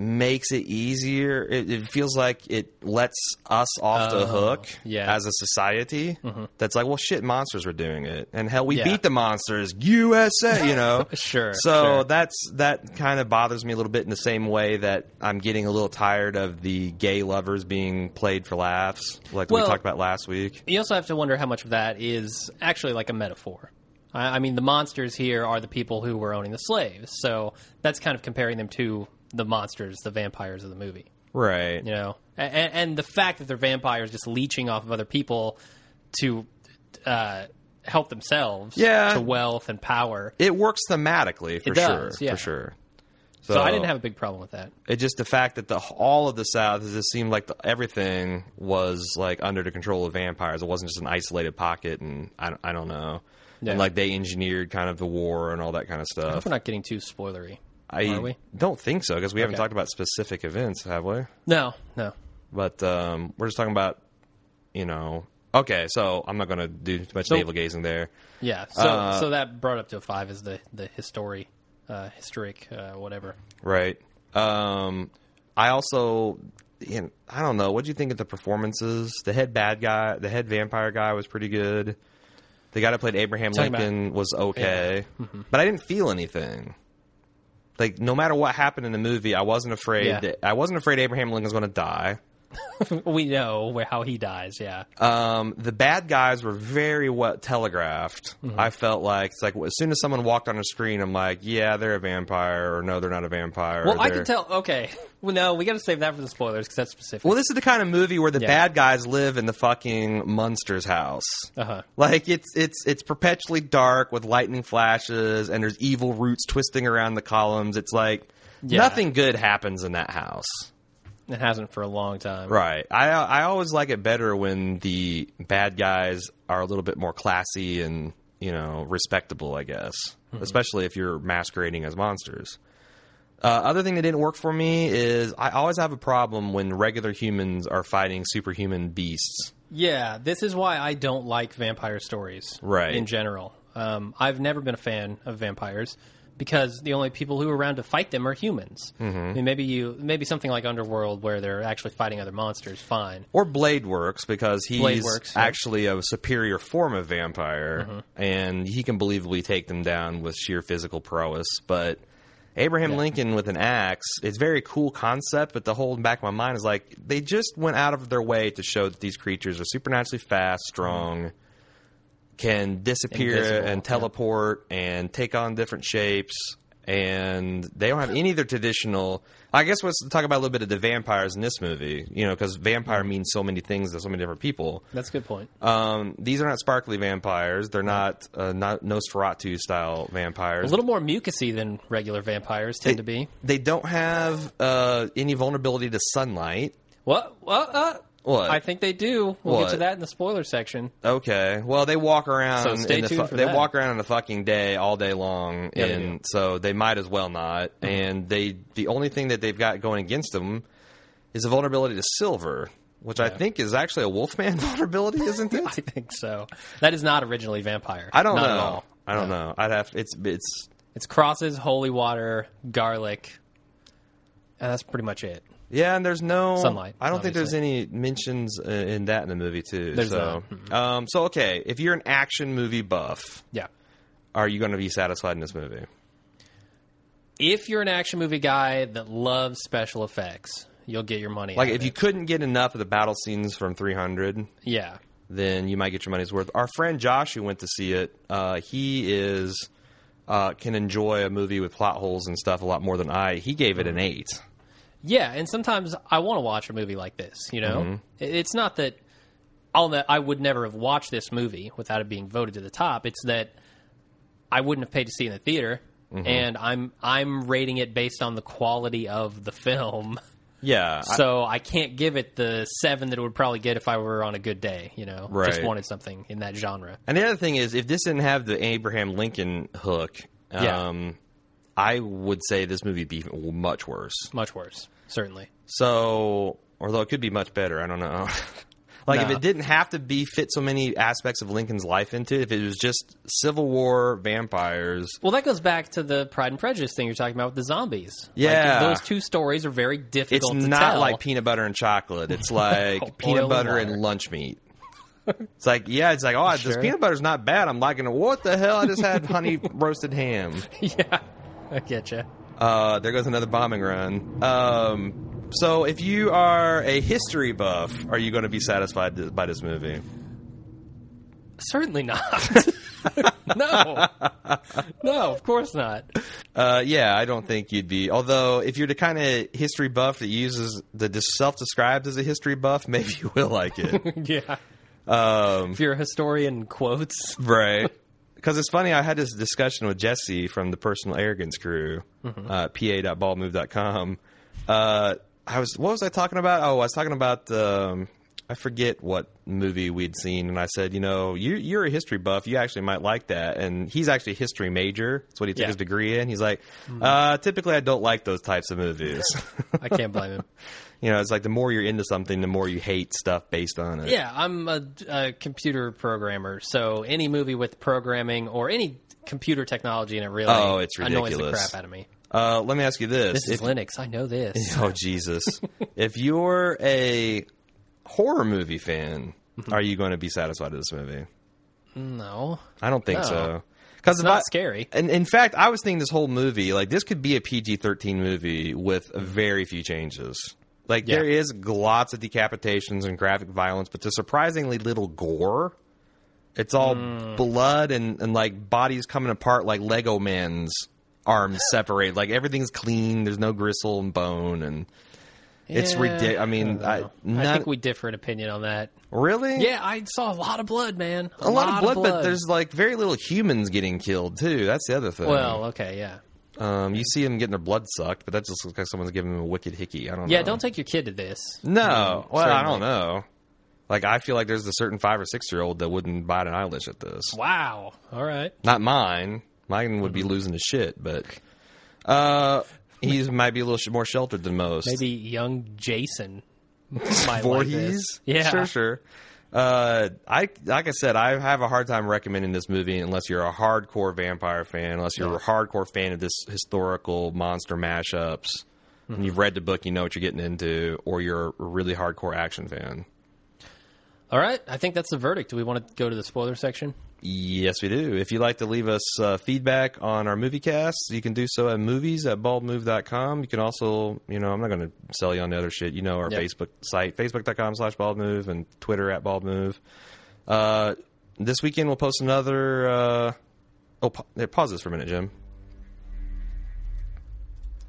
[SPEAKER 1] makes it easier. It, it feels like it lets us off the hook
[SPEAKER 2] Oh, yeah. Mm-hmm.
[SPEAKER 1] as a society. That's like, well, shit, monsters were doing it, and hell, we
[SPEAKER 2] Yeah.
[SPEAKER 1] beat the monsters, USA. You know,
[SPEAKER 2] Sure,
[SPEAKER 1] So
[SPEAKER 2] sure.
[SPEAKER 1] that's that kind of bothers me a little bit in the same way that I'm getting a little tired of the gay lovers being played for laughs, like we
[SPEAKER 2] Well-
[SPEAKER 1] talked about last week.
[SPEAKER 2] you also have to wonder how much of that is actually like a metaphor. I, I mean, the monsters here are the people who were owning the slaves, so that's kind of comparing them to the monsters, the vampires of the movie.
[SPEAKER 1] Right.
[SPEAKER 2] You know, and, and the fact that they're vampires just leeching off of other people to uh, help themselves
[SPEAKER 1] Yeah.
[SPEAKER 2] to wealth and power.
[SPEAKER 1] it works thematically for
[SPEAKER 2] It
[SPEAKER 1] sure,
[SPEAKER 2] does, yeah.
[SPEAKER 1] for sure.
[SPEAKER 2] So, I didn't have a big problem with that.
[SPEAKER 1] it. Just the fact that the all of the South it just seemed like the, everything was like under the control of vampires. It wasn't just an isolated pocket, and I, don't- I don't know.
[SPEAKER 2] Yeah.
[SPEAKER 1] And like they engineered kind of the war and all that kind of stuff.
[SPEAKER 2] We're not getting too spoilery.
[SPEAKER 1] I
[SPEAKER 2] are we?
[SPEAKER 1] don't think so because we haven't
[SPEAKER 2] Okay.
[SPEAKER 1] talked about specific events, have we?
[SPEAKER 2] No, no.
[SPEAKER 1] But um, we're just talking about you know Okay, so I'm not going to do too much navel gazing there.
[SPEAKER 2] Yeah. So
[SPEAKER 1] Uh,
[SPEAKER 2] so that brought up to a five is the the history, uh, historic, uh, whatever.
[SPEAKER 1] Right. Um, I also, you know, I don't know. What do you think of the performances? The head bad guy, the head vampire guy, was pretty good. The guy that played Abraham
[SPEAKER 2] Talking about- Mm-hmm.
[SPEAKER 1] Lincoln was okay, but I didn't feel anything. Like no matter what happened in the movie, I wasn't afraid.
[SPEAKER 2] Yeah.
[SPEAKER 1] That, I wasn't afraid Abraham Lincoln's going to die.
[SPEAKER 2] we know where how he dies. Yeah.
[SPEAKER 1] Um, the bad guys were very well telegraphed.
[SPEAKER 2] Mm-hmm.
[SPEAKER 1] I felt like it's like as soon as someone walked on a screen, I'm like, yeah, they're a vampire, or no, they're not a vampire.
[SPEAKER 2] Well,
[SPEAKER 1] or
[SPEAKER 2] I
[SPEAKER 1] "They're-"
[SPEAKER 2] can tell. Okay. Well, no, we got to save that for the spoilers because that's specific.
[SPEAKER 1] Well, this is the kind of movie where the
[SPEAKER 2] Yeah.
[SPEAKER 1] bad guys live in the fucking Munster's house.
[SPEAKER 2] uh-huh.
[SPEAKER 1] Like it's it's it's perpetually dark with lightning flashes and there's evil roots twisting around the columns. It's like
[SPEAKER 2] Yeah.
[SPEAKER 1] nothing good happens in that house.
[SPEAKER 2] It hasn't for a long time.
[SPEAKER 1] Right. I I always like it better when the bad guys are a little bit more classy and, you know, respectable, I guess. Especially if you're masquerading as monsters. Uh, other thing that didn't work for me is I always have a problem when regular humans are fighting superhuman beasts.
[SPEAKER 2] Yeah, this is why I don't like vampire stories.
[SPEAKER 1] Right.
[SPEAKER 2] In general, um, I've never been a fan of vampires because the only people who are around to fight them are humans. Mm-hmm. I mean, maybe you, maybe something like Underworld where they're actually fighting other monsters. Fine.
[SPEAKER 1] Or Blade works because he's
[SPEAKER 2] Blade works, yeah. Mm-hmm.
[SPEAKER 1] actually a superior form of vampire, and he can believably take them down with sheer physical prowess. But Abraham Lincoln with an axe, it's a very cool concept, but the whole back of my mind is like they just went out of their way to show that these creatures are supernaturally fast, strong, can disappear
[SPEAKER 2] Invisible,
[SPEAKER 1] and
[SPEAKER 2] yeah.
[SPEAKER 1] teleport and take on different shapes and they don't have any of their traditional i guess let's talk about a little bit of the vampires in this movie you know because vampire
[SPEAKER 2] Mm-hmm.
[SPEAKER 1] means so many things to so many different people
[SPEAKER 2] That's a good point.
[SPEAKER 1] um, these are not sparkly vampires they're not, uh, not nosferatu style vampires
[SPEAKER 2] A little more mucusy than regular vampires tend to be.
[SPEAKER 1] they don't have uh, any vulnerability to sunlight
[SPEAKER 2] What? What? Uh,
[SPEAKER 1] What?
[SPEAKER 2] I think they do. We'll get to
[SPEAKER 1] What?
[SPEAKER 2] that in the spoiler section.
[SPEAKER 1] Okay. Well, they walk around.
[SPEAKER 2] So stay
[SPEAKER 1] in the
[SPEAKER 2] tuned
[SPEAKER 1] fu-
[SPEAKER 2] for
[SPEAKER 1] They
[SPEAKER 2] that.
[SPEAKER 1] walk around in the fucking day all day long,
[SPEAKER 2] Yeah, they Uh-huh.
[SPEAKER 1] and so they might as well not. And they, the only thing that they've got going against them is a vulnerability to silver, which I think is actually a Wolfman vulnerability, isn't
[SPEAKER 2] I
[SPEAKER 1] it?
[SPEAKER 2] think so. That is not originally vampire.
[SPEAKER 1] I don't
[SPEAKER 2] Not
[SPEAKER 1] know.
[SPEAKER 2] At all.
[SPEAKER 1] I don't know. I'd have. It's it's.
[SPEAKER 2] It's crosses, holy water, garlic. And that's pretty much it.
[SPEAKER 1] Yeah, and there's no
[SPEAKER 2] Sunlight,
[SPEAKER 1] I don't think there's any mentions uh, in that in the movie too.
[SPEAKER 2] There's
[SPEAKER 1] so, um, so okay, if you're an action movie buff,
[SPEAKER 2] Yeah.
[SPEAKER 1] are you going to be satisfied in this movie?
[SPEAKER 2] If you're an action movie guy that loves special effects, you'll get your money.
[SPEAKER 1] Like,
[SPEAKER 2] out of
[SPEAKER 1] if you
[SPEAKER 2] it.
[SPEAKER 1] couldn't get enough of the battle scenes from 300,
[SPEAKER 2] yeah,
[SPEAKER 1] then you might get your money's worth. Our friend Josh, who went to see it, uh, he is uh, can enjoy a movie with plot holes and stuff a lot more than I. He gave it
[SPEAKER 2] Mm-hmm.
[SPEAKER 1] an eight.
[SPEAKER 2] yeah, and sometimes I want to watch a movie like this. You
[SPEAKER 1] Mm-hmm.
[SPEAKER 2] know, It- it's not that all that I would never have watched this movie without it being voted to the top. It's that I wouldn't have paid to see it in the theater,
[SPEAKER 1] Mm-hmm.
[SPEAKER 2] and I'm I'm rating it based on the quality of the film.
[SPEAKER 1] Yeah, I-
[SPEAKER 2] So I can't give it the seven that it would probably get if I were on a good day. You know, just
[SPEAKER 1] Right.
[SPEAKER 2] wanted something in that genre.
[SPEAKER 1] and the other thing is, if this didn't have the Abraham Lincoln hook, um,
[SPEAKER 2] Yeah.
[SPEAKER 1] I would say this movie would be much worse.
[SPEAKER 2] Much worse, certainly.
[SPEAKER 1] So, although it could be much better, I don't know. like if
[SPEAKER 2] No.
[SPEAKER 1] it didn't have to be fit so many aspects of Lincoln's life into it, if it was just Civil War vampires
[SPEAKER 2] Well, that goes back to the Pride and Prejudice thing you're talking about with the zombies. Like,
[SPEAKER 1] Yeah.
[SPEAKER 2] those two stories are very
[SPEAKER 1] It's
[SPEAKER 2] difficult. to
[SPEAKER 1] not
[SPEAKER 2] tell.
[SPEAKER 1] like peanut butter and chocolate. It's like
[SPEAKER 2] Oil
[SPEAKER 1] peanut
[SPEAKER 2] and
[SPEAKER 1] butter and,
[SPEAKER 2] water.
[SPEAKER 1] lunch meat. It's like, yeah, it's like, oh, this
[SPEAKER 2] Sure.
[SPEAKER 1] peanut butter's not bad. I'm liking it. What the hell? I just had honey roasted ham.
[SPEAKER 2] yeah, I get you.
[SPEAKER 1] Uh, there goes another bombing run. Um, so if you are a history buff, are you going to be satisfied th- by this movie?
[SPEAKER 2] Certainly not. no, no, of course not.
[SPEAKER 1] Uh, yeah, I don't think you'd be. Although, if you're the kind of history buff that uses that dis- self-describes as a history buff, maybe you will like it.
[SPEAKER 2] yeah,
[SPEAKER 1] Um,
[SPEAKER 2] if you're a historian, quotes.
[SPEAKER 1] Right. Because it's funny, I had this discussion with Jesse from the Personal Arrogance Crew, uh, pa.ballmove.com. Uh, I was, what was I talking about? Oh, I was talking about um, I forget what movie we'd seen, and I said, you know, you, you're a history buff. You actually might like that. And he's actually a history major. That's what he took
[SPEAKER 2] Yeah.
[SPEAKER 1] his degree in. He's like, uh, typically I don't like those types of movies.
[SPEAKER 2] I can't blame him.
[SPEAKER 1] you know, it's like the more you're into something, the more you hate stuff based on it.
[SPEAKER 2] Yeah, I'm a, a computer programmer, so any movie with programming or any computer technology in it really
[SPEAKER 1] Oh, it's
[SPEAKER 2] annoys the
[SPEAKER 1] ridiculous.
[SPEAKER 2] crap out of me.
[SPEAKER 1] Uh, let me ask you this:
[SPEAKER 2] This is
[SPEAKER 1] If-
[SPEAKER 2] Linux. I know this.
[SPEAKER 1] oh Jesus, if you're a horror movie fan,
[SPEAKER 2] Mm-hmm.
[SPEAKER 1] are you going to be satisfied with this movie?
[SPEAKER 2] No,
[SPEAKER 1] I don't think
[SPEAKER 2] No.
[SPEAKER 1] so. Because
[SPEAKER 2] it's not scary.
[SPEAKER 1] And in fact, I was thinking this whole movie, like this could be a PG thirteen movie with very few changes. Like
[SPEAKER 2] Yeah.
[SPEAKER 1] there is lots of decapitations and graphic violence, but there's surprisingly little gore. It's all
[SPEAKER 2] Mm.
[SPEAKER 1] blood and, and like bodies coming apart like Lego man's arms separate. Like everything's clean, there's no gristle and bone and it's
[SPEAKER 2] Yeah,
[SPEAKER 1] ridiculous. I mean,
[SPEAKER 2] don't
[SPEAKER 1] I,
[SPEAKER 2] know. I
[SPEAKER 1] not,
[SPEAKER 2] think we differ in opinion on that.
[SPEAKER 1] really?
[SPEAKER 2] Yeah, I saw a lot of blood, man.
[SPEAKER 1] A lot, of blood, but there's like very little humans getting killed too. That's the other thing.
[SPEAKER 2] well, okay, yeah,
[SPEAKER 1] Um, you see them getting their blood sucked, but that just looks like someone's giving them a wicked hickey. I don't know.
[SPEAKER 2] yeah. Don't take your kid to this.
[SPEAKER 1] No. well, I
[SPEAKER 2] certainly.
[SPEAKER 1] don't know. Like, I feel like there's a certain five or six year old that wouldn't bite an eyelash at this.
[SPEAKER 2] Wow. All right.
[SPEAKER 1] Not mine. Mine would be
[SPEAKER 2] Mm-hmm.
[SPEAKER 1] losing his shit, but uh, he might be a little sh- more sheltered than most.
[SPEAKER 2] Maybe young Jason. might like
[SPEAKER 1] Voorhees.
[SPEAKER 2] this. Yeah.
[SPEAKER 1] Sure, sure. Uh, I like I said, I have a hard time recommending this movie unless you're a hardcore vampire fan, unless you're a hardcore fan of this historical monster mashups, and you've read the book, you know what you're getting into, or you're a really hardcore action fan.
[SPEAKER 2] All right. I think that's the verdict. Do we want to go to the spoiler section?
[SPEAKER 1] Yes, we do. If you'd like to leave us uh, feedback on our movie casts, you can do so at movies at baldmove.com. You can also, you know, I'm not going to sell you on the other shit. You know, our
[SPEAKER 2] Yep.
[SPEAKER 1] Facebook site, facebook.com slash baldmove and Twitter at baldmove. Uh, this weekend we'll post another. Uh, oh, pa- yeah, pause this for a minute, Jim.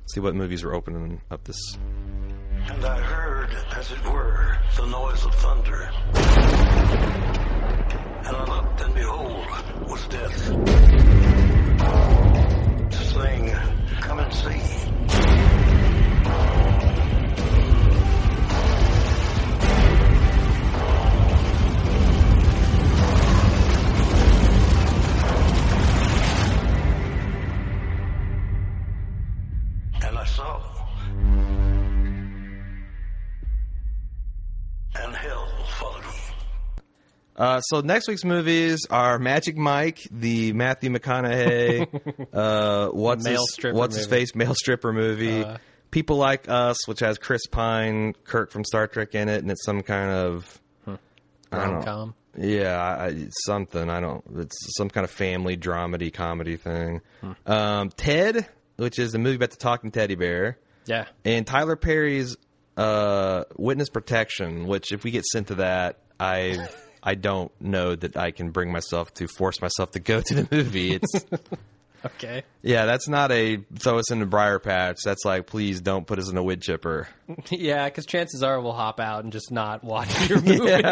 [SPEAKER 1] See what movies are opening up this.
[SPEAKER 3] And I heard, as it were, the noise of thunder. And I looked, and behold, was death. Saying, Come and see. And I saw and hell followed him.
[SPEAKER 1] Uh, so next week's movies are Magic Mike, the Matthew McConaughey, uh, what's
[SPEAKER 2] Male
[SPEAKER 1] his,
[SPEAKER 2] stripper
[SPEAKER 1] what's his
[SPEAKER 2] movie. Uh-huh.
[SPEAKER 1] face male stripper movie, People Like Us, which has Chris Pine, Kirk from Star Trek in it, and it's some kind of I don't know.
[SPEAKER 2] Rom-com.
[SPEAKER 1] Yeah, I, I- something I don't. It's some kind of family dramedy comedy thing. Um, Ted, which is the movie about the talking teddy bear
[SPEAKER 2] Yeah.
[SPEAKER 1] and Tyler Perry's uh, witness protection, which if we get sent to that, I I don't know that I can bring myself to force myself to go to the movie. It's
[SPEAKER 2] Okay.
[SPEAKER 1] yeah, that's not a throw us in the briar patch. That's like please don't put us in a wood chipper.
[SPEAKER 2] Yeah, because chances are we'll hop out and just not watch your movie.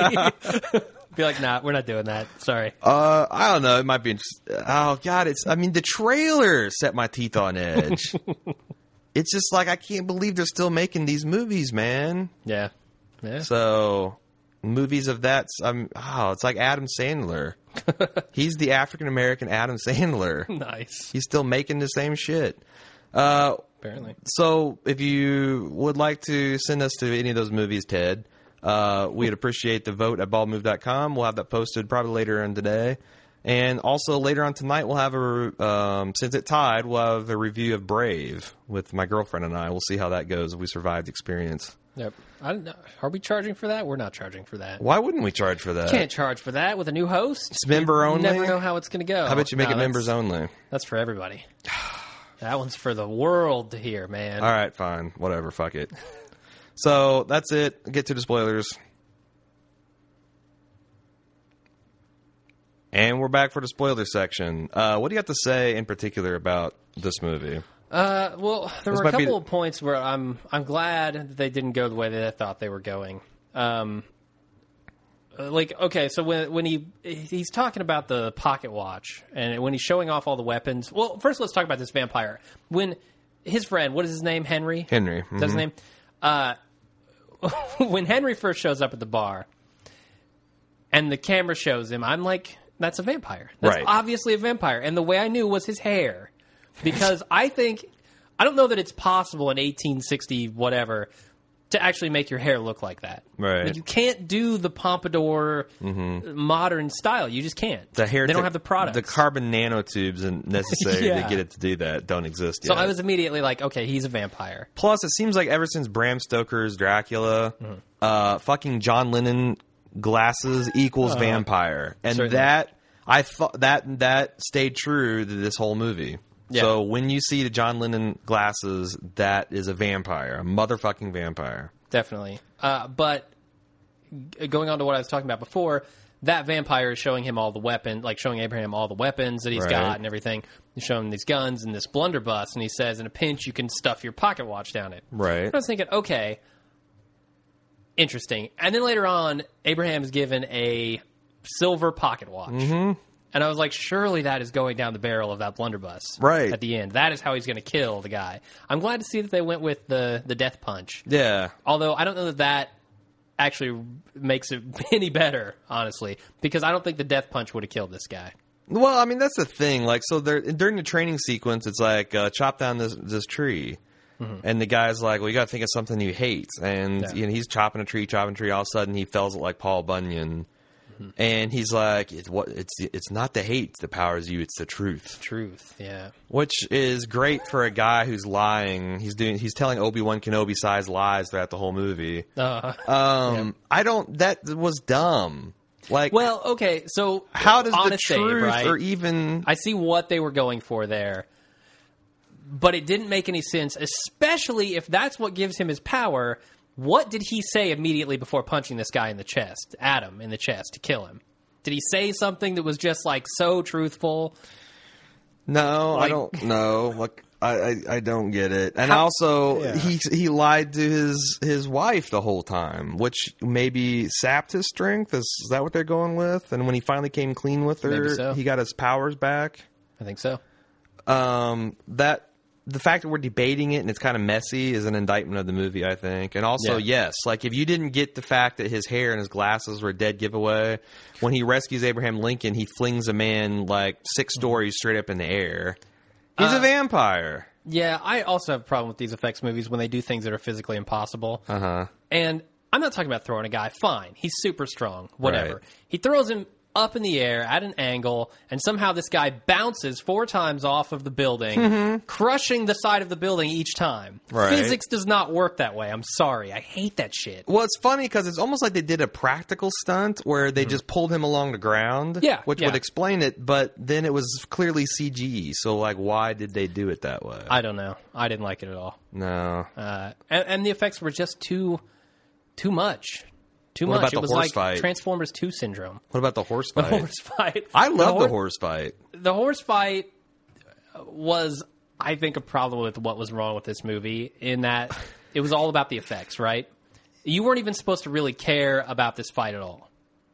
[SPEAKER 2] Be like, nah, we're not doing that. Sorry.
[SPEAKER 1] Uh, I don't know. It might be. interest- Oh God, it's. I mean, the trailer set my teeth on edge. it's just like I can't believe they're still making these movies, man.
[SPEAKER 2] Yeah. Yeah.
[SPEAKER 1] So movies of that, um, oh, it's like Adam Sandler. He's the African American Adam Sandler.
[SPEAKER 2] nice.
[SPEAKER 1] He's still making the same shit. Uh,
[SPEAKER 2] Apparently.
[SPEAKER 1] so if you would like to send us to any of those movies, Ted, uh, we'd appreciate the vote at baldmove.com. We'll have that posted probably later on today. And also later on tonight, we'll have a, um, since it tied, we'll have a review of Brave with my girlfriend and I. We'll see how that goes if we survive the experience.
[SPEAKER 2] Yep. I don't know. Are we charging for that? We're not charging for that.
[SPEAKER 1] Why wouldn't we charge for that?
[SPEAKER 2] Can't charge for that with a new host.
[SPEAKER 1] It's member only.
[SPEAKER 2] Never know how it's going to go.
[SPEAKER 1] I bet you make
[SPEAKER 2] No,
[SPEAKER 1] it members
[SPEAKER 2] that's-
[SPEAKER 1] only.
[SPEAKER 2] That's for everybody. that one's for the world to hear, man.
[SPEAKER 1] All right, fine, whatever. Fuck it. so that's it. Get to the spoilers, and we're back for the spoiler section. Uh, what do you have to say in particular about this movie?
[SPEAKER 2] Uh, well, there were a
[SPEAKER 1] might be
[SPEAKER 2] couple of points where I'm I'm glad that they didn't go the way that I thought they were going. Um, uh, like okay, so when when he he's talking about the pocket watch and when he's showing off all the weapons. Well, first let's talk about this vampire. When his friend, what is his name? Henry.
[SPEAKER 1] Henry. mm-hmm.
[SPEAKER 2] Is that his name? Uh, when Henry first shows up at the bar, and the camera shows him. I'm like, that's a vampire. That's
[SPEAKER 1] Right.
[SPEAKER 2] obviously a vampire. And the way I knew was his hair, because I think I don't know that it's possible in 1860 whatever to actually make your hair look like that.
[SPEAKER 1] Right. Mm-hmm.
[SPEAKER 2] Like, you can't do the pompadour modern style. You just can't.
[SPEAKER 1] The hair
[SPEAKER 2] They don't
[SPEAKER 1] tech-
[SPEAKER 2] have the product.
[SPEAKER 1] The carbon nanotubes and necessary
[SPEAKER 2] Yeah.
[SPEAKER 1] to get it to do that don't exist
[SPEAKER 2] so
[SPEAKER 1] yet.
[SPEAKER 2] I was immediately like, okay, he's a vampire.
[SPEAKER 1] Plus, it seems like ever since Bram Stoker's Dracula, uh, fucking John Lennon glasses equals vampire, and
[SPEAKER 2] Uh-huh. certainly.
[SPEAKER 1] that I thought that that stayed true to this whole movie.
[SPEAKER 2] Yeah.
[SPEAKER 1] So when you see the John Lennon glasses, that is a vampire, a motherfucking vampire.
[SPEAKER 2] definitely. Uh, but g- going on to what I was talking about before, that vampire is showing him all the weapon, like showing Abraham all the weapons that he's
[SPEAKER 1] Right.
[SPEAKER 2] got and everything. He's showing him these guns and this blunderbuss, and he says, "In a pinch, you can stuff your pocket watch down it."
[SPEAKER 1] Right.
[SPEAKER 2] And I was thinking, okay, interesting. And then later on, Abraham is given a silver pocket watch.
[SPEAKER 1] Mm-hmm.
[SPEAKER 2] And I was like, surely that is going down the barrel of that blunderbuss,
[SPEAKER 1] Right.
[SPEAKER 2] At the end, that is how he's going to kill the guy. I'm glad to see that they went with the the death punch
[SPEAKER 1] Yeah.
[SPEAKER 2] although I don't know that that actually makes it any better, honestly, because I don't think the death punch would have killed this guy.
[SPEAKER 1] Well, I mean that's the thing. Like, so there, during the training sequence, it's like uh, chop down this this tree, and the guy's like, "Well, you got to think of something you hate," and
[SPEAKER 2] Mm-hmm. Yeah.
[SPEAKER 1] you know he's chopping a tree, chopping a tree. All of a sudden, he fells it like Paul Bunyan,
[SPEAKER 2] Mm-hmm.
[SPEAKER 1] and he's like, "It's what it's it's not the hate that powers you; it's the truth,"
[SPEAKER 2] Truth, yeah,
[SPEAKER 1] which is great for a guy who's lying. He's doing he's telling Obi Wan Kenobi sized lies throughout the whole movie.
[SPEAKER 2] uh,
[SPEAKER 1] Um, I don't. That was dumb. Like,
[SPEAKER 2] well, okay, so
[SPEAKER 1] how does the
[SPEAKER 2] honest Abe,
[SPEAKER 1] truth
[SPEAKER 2] right?
[SPEAKER 1] or e- even
[SPEAKER 2] I see what they were going for there, but it didn't make any sense, especially if that's what gives him his power. What did he say immediately before punching this guy in the chest, Adam in the chest, to kill him? Did he say something that was just like so truthful?
[SPEAKER 1] No, I
[SPEAKER 2] Like-
[SPEAKER 1] don't know. Like I, I, I don't get it. And also he he lied to his his wife the whole time, which maybe sapped his strength. Is, is that what they're going with? And when he finally came clean with her,
[SPEAKER 2] Maybe so.
[SPEAKER 1] he got his powers back.
[SPEAKER 2] I think so.
[SPEAKER 1] Um that the fact that we're debating it and it's kind of messy is an indictment of the movie, I think. And also,
[SPEAKER 2] Yeah.
[SPEAKER 1] yes, like if you didn't get the fact that his hair and his glasses were a dead giveaway, when he rescues Abraham Lincoln, he flings a man like six stories straight up in the air. He's a vampire.
[SPEAKER 2] Yeah, I also have a problem with these effects movies when they do things that are physically impossible.
[SPEAKER 1] Uh huh.
[SPEAKER 2] And I'm not talking about throwing a guy. Fine, he's super strong. Whatever.
[SPEAKER 1] Right.
[SPEAKER 2] He throws him up in the air at an angle, and somehow this guy bounces four times off of the building, crushing the side of the building each time.
[SPEAKER 1] Mm-hmm. Right.
[SPEAKER 2] Physics does not work that way. I'm sorry. I hate that shit.
[SPEAKER 1] Well, it's funny because it's almost like they did a practical stunt where they just pulled him along the ground.
[SPEAKER 2] Yeah,
[SPEAKER 1] Which
[SPEAKER 2] yeah.
[SPEAKER 1] would explain it, but then it was clearly CGE. So, like, why did they do it that way?
[SPEAKER 2] I don't know. I didn't like it at all.
[SPEAKER 1] no.
[SPEAKER 2] Uh, and, and the effects were just too, too much. Too
[SPEAKER 1] What
[SPEAKER 2] much.
[SPEAKER 1] about
[SPEAKER 2] it
[SPEAKER 1] the
[SPEAKER 2] was
[SPEAKER 1] horse
[SPEAKER 2] like
[SPEAKER 1] fight?
[SPEAKER 2] Transformers Two syndrome.
[SPEAKER 1] What about the horse fight?
[SPEAKER 2] Horse fight.
[SPEAKER 1] I love the horse
[SPEAKER 2] horse.
[SPEAKER 1] fight.
[SPEAKER 2] the horse fight was i think a problem with what was wrong with this movie in that it was all about the effects right you weren't even supposed to really care about this fight at all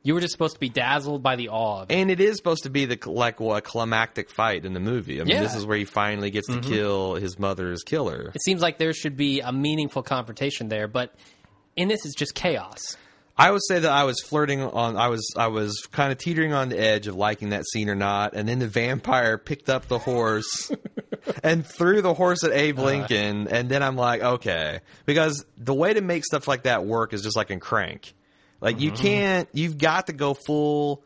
[SPEAKER 2] you were just supposed to be dazzled by the awe of it.
[SPEAKER 1] And it is supposed to be the like a climactic fight in the movie. I mean,
[SPEAKER 2] Yeah. Mm-hmm.
[SPEAKER 1] this is where he finally gets to kill his mother's killer.
[SPEAKER 2] it seems like there should be a meaningful confrontation there but in this it's just chaos
[SPEAKER 1] I would say that I was flirting on. I was I was kind of teetering on the edge of liking that scene or not. And then the vampire picked up the horse and threw the horse at Abe
[SPEAKER 2] Uh.
[SPEAKER 1] Lincoln. and then I'm like, okay, because the way to make stuff like that work is just like in Crank. Like you
[SPEAKER 2] Mm-hmm.
[SPEAKER 1] can't. You've got to go full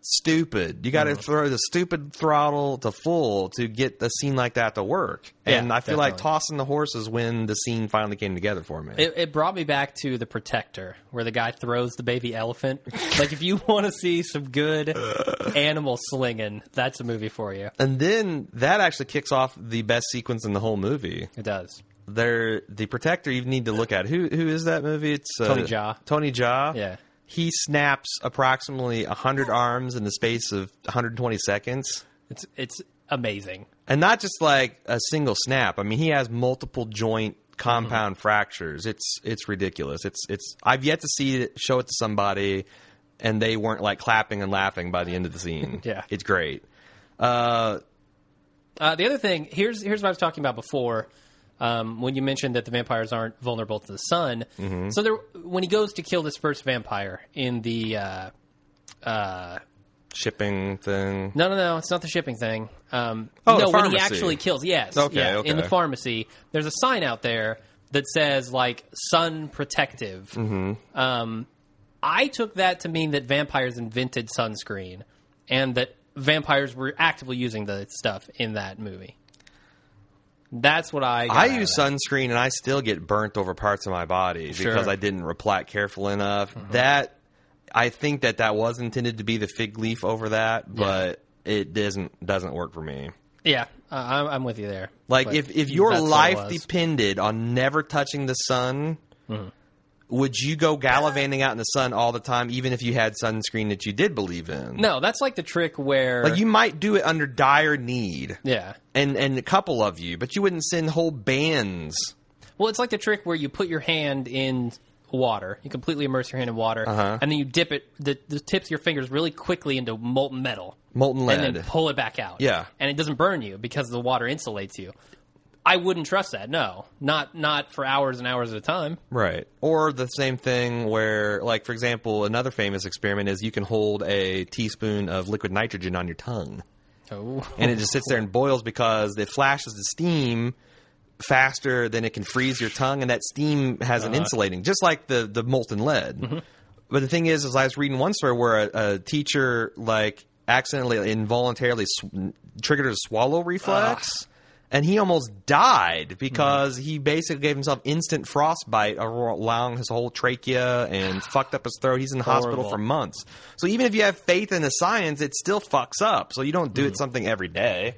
[SPEAKER 1] stupid. You got
[SPEAKER 2] Mm-hmm.
[SPEAKER 1] to throw the stupid throttle to full to get a scene like that to work.
[SPEAKER 2] Yeah,
[SPEAKER 1] and I feel like
[SPEAKER 2] definitely.
[SPEAKER 1] tossing the horse is when the scene finally came together for me.
[SPEAKER 2] it, it brought me back to the protector where the guy throws the baby elephant like if you want to see some good animal slinging that's a movie for you
[SPEAKER 1] And then that actually kicks off the best sequence in the whole movie.
[SPEAKER 2] it does
[SPEAKER 1] There, the protector. You need to look at who who is that movie? It's uh,
[SPEAKER 2] Tony Jaa.
[SPEAKER 1] Tony Jaa.
[SPEAKER 2] Yeah.
[SPEAKER 1] He snaps approximately hundred arms in the space of 120 seconds,
[SPEAKER 2] it's it's amazing
[SPEAKER 1] and not just like a single snap. I mean, he has multiple joint compound
[SPEAKER 2] Mm-hmm.
[SPEAKER 1] fractures. It's it's ridiculous. It's it's. I've yet to see it, show it to somebody, and they weren't like clapping and laughing by the end of the scene.
[SPEAKER 2] Yeah.
[SPEAKER 1] it's great. Uh,
[SPEAKER 2] Uh, the other thing here's here's what I was talking about before um, when you mentioned that the vampires aren't vulnerable to the sun. So there, when he goes to kill this first vampire in the uh, uh,
[SPEAKER 1] shipping thing.
[SPEAKER 2] no, no, no. It's not the shipping thing. Um,
[SPEAKER 1] Oh,
[SPEAKER 2] no,
[SPEAKER 1] the
[SPEAKER 2] when he
[SPEAKER 1] pharmacy.
[SPEAKER 2] actually kills. Yes.
[SPEAKER 1] Okay,
[SPEAKER 2] yeah,
[SPEAKER 1] okay.
[SPEAKER 2] In the pharmacy, there's a sign out there that says like "Sun Protective." Mm-hmm. Um, I took that to mean that vampires invented sunscreen, and that vampires were actively using the stuff in that movie. That's what I. got
[SPEAKER 1] I
[SPEAKER 2] out of
[SPEAKER 1] use
[SPEAKER 2] that.
[SPEAKER 1] sunscreen and I still get burnt over parts of my body
[SPEAKER 2] Sure. Mm-hmm.
[SPEAKER 1] because I didn't reply careful enough. That I think that that was intended to be the fig leaf over that, but it doesn't doesn't work for me.
[SPEAKER 2] Yeah, uh, I'm, I'm with you there.
[SPEAKER 1] Like
[SPEAKER 2] But
[SPEAKER 1] if if your
[SPEAKER 2] that's what it
[SPEAKER 1] life
[SPEAKER 2] was. Mm-hmm.
[SPEAKER 1] depended on never touching the sun, would you go gallivanting out in the sun all the time, even if you had sunscreen that you did believe in?
[SPEAKER 2] no, that's like the trick where
[SPEAKER 1] Like you might do it under dire need,
[SPEAKER 2] yeah.
[SPEAKER 1] and and a couple of you, but you wouldn't send whole bands.
[SPEAKER 2] Well, it's like the trick where you put your hand in water, you completely immerse your hand in water,
[SPEAKER 1] Uh-huh.
[SPEAKER 2] and then you dip it the, the tips of your fingers really quickly into molten metal,
[SPEAKER 1] Molten lead.
[SPEAKER 2] and then pull it back out.
[SPEAKER 1] Yeah.
[SPEAKER 2] and it doesn't burn you because the water insulates you. I wouldn't trust that. No, not not for hours and hours at a time.
[SPEAKER 1] Right. Or the same thing where, like, for example, another famous experiment is you can hold a teaspoon of liquid nitrogen on your tongue.
[SPEAKER 2] Oh,
[SPEAKER 1] And it just sits there and boils because it flashes the steam faster than it can freeze your tongue. And that steam has an insulating, just like the, the molten lead. But the thing is, is I was reading one story where a, a teacher, like, accidentally, involuntarily sw- triggered a swallow reflex. And he almost died because he basically gave himself instant frostbite, allowing his whole trachea and fucked up his throat. He's in the hospital
[SPEAKER 2] Horrible.
[SPEAKER 1] for months. So even if you have faith in the science, it still fucks up. So you don't do it something every day.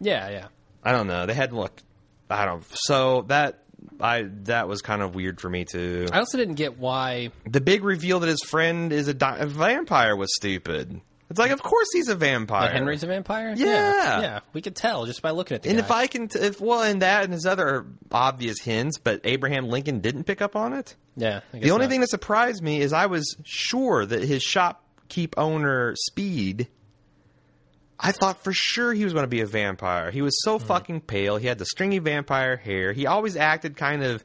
[SPEAKER 2] yeah, yeah.
[SPEAKER 1] I don't know. They had look. I don't. So that I that was kind of weird for me too.
[SPEAKER 2] I also didn't get why.
[SPEAKER 1] The big reveal that his friend is a, di- a vampire was stupid. It's like, of course he's a vampire.
[SPEAKER 2] But Henry's a vampire.
[SPEAKER 1] Yeah.
[SPEAKER 2] yeah, we could tell just by looking at the
[SPEAKER 1] And
[SPEAKER 2] guy.
[SPEAKER 1] if I can, t- if well, and that and his other obvious hints, but Abraham Lincoln didn't pick up on it.
[SPEAKER 2] yeah, I guess
[SPEAKER 1] The only
[SPEAKER 2] not.
[SPEAKER 1] thing that surprised me is I was sure that his shopkeep owner Speed. I thought for sure he was going to be a vampire. He was
[SPEAKER 2] Hmm.
[SPEAKER 1] so fucking pale. He had the stringy vampire hair. He always acted kind of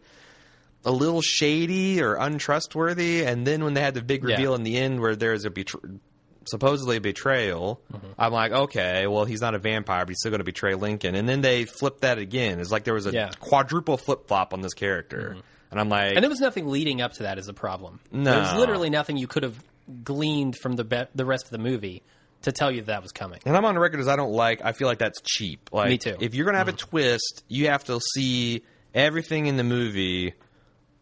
[SPEAKER 1] a little shady or untrustworthy. And then when they had the big
[SPEAKER 2] Yeah.
[SPEAKER 1] reveal in the end where there's a betr supposedly a betrayal,
[SPEAKER 2] Mm-hmm.
[SPEAKER 1] I'm like, okay, well, he's not a vampire, but he's still going to betray Lincoln. And then they flipped that again. It's like there was a
[SPEAKER 2] Yeah. Mm-hmm.
[SPEAKER 1] quadruple flip flop on this character. And I'm like,
[SPEAKER 2] And there was nothing leading up to that as a problem.
[SPEAKER 1] No.
[SPEAKER 2] There was literally nothing you could have gleaned from the be- the rest of the movie to tell you that was coming.
[SPEAKER 1] and I'm on the record as I don't like. I feel like that's cheap. Like,
[SPEAKER 2] Me too. Mm.
[SPEAKER 1] If you're gonna have a twist, you have to see everything in the movie.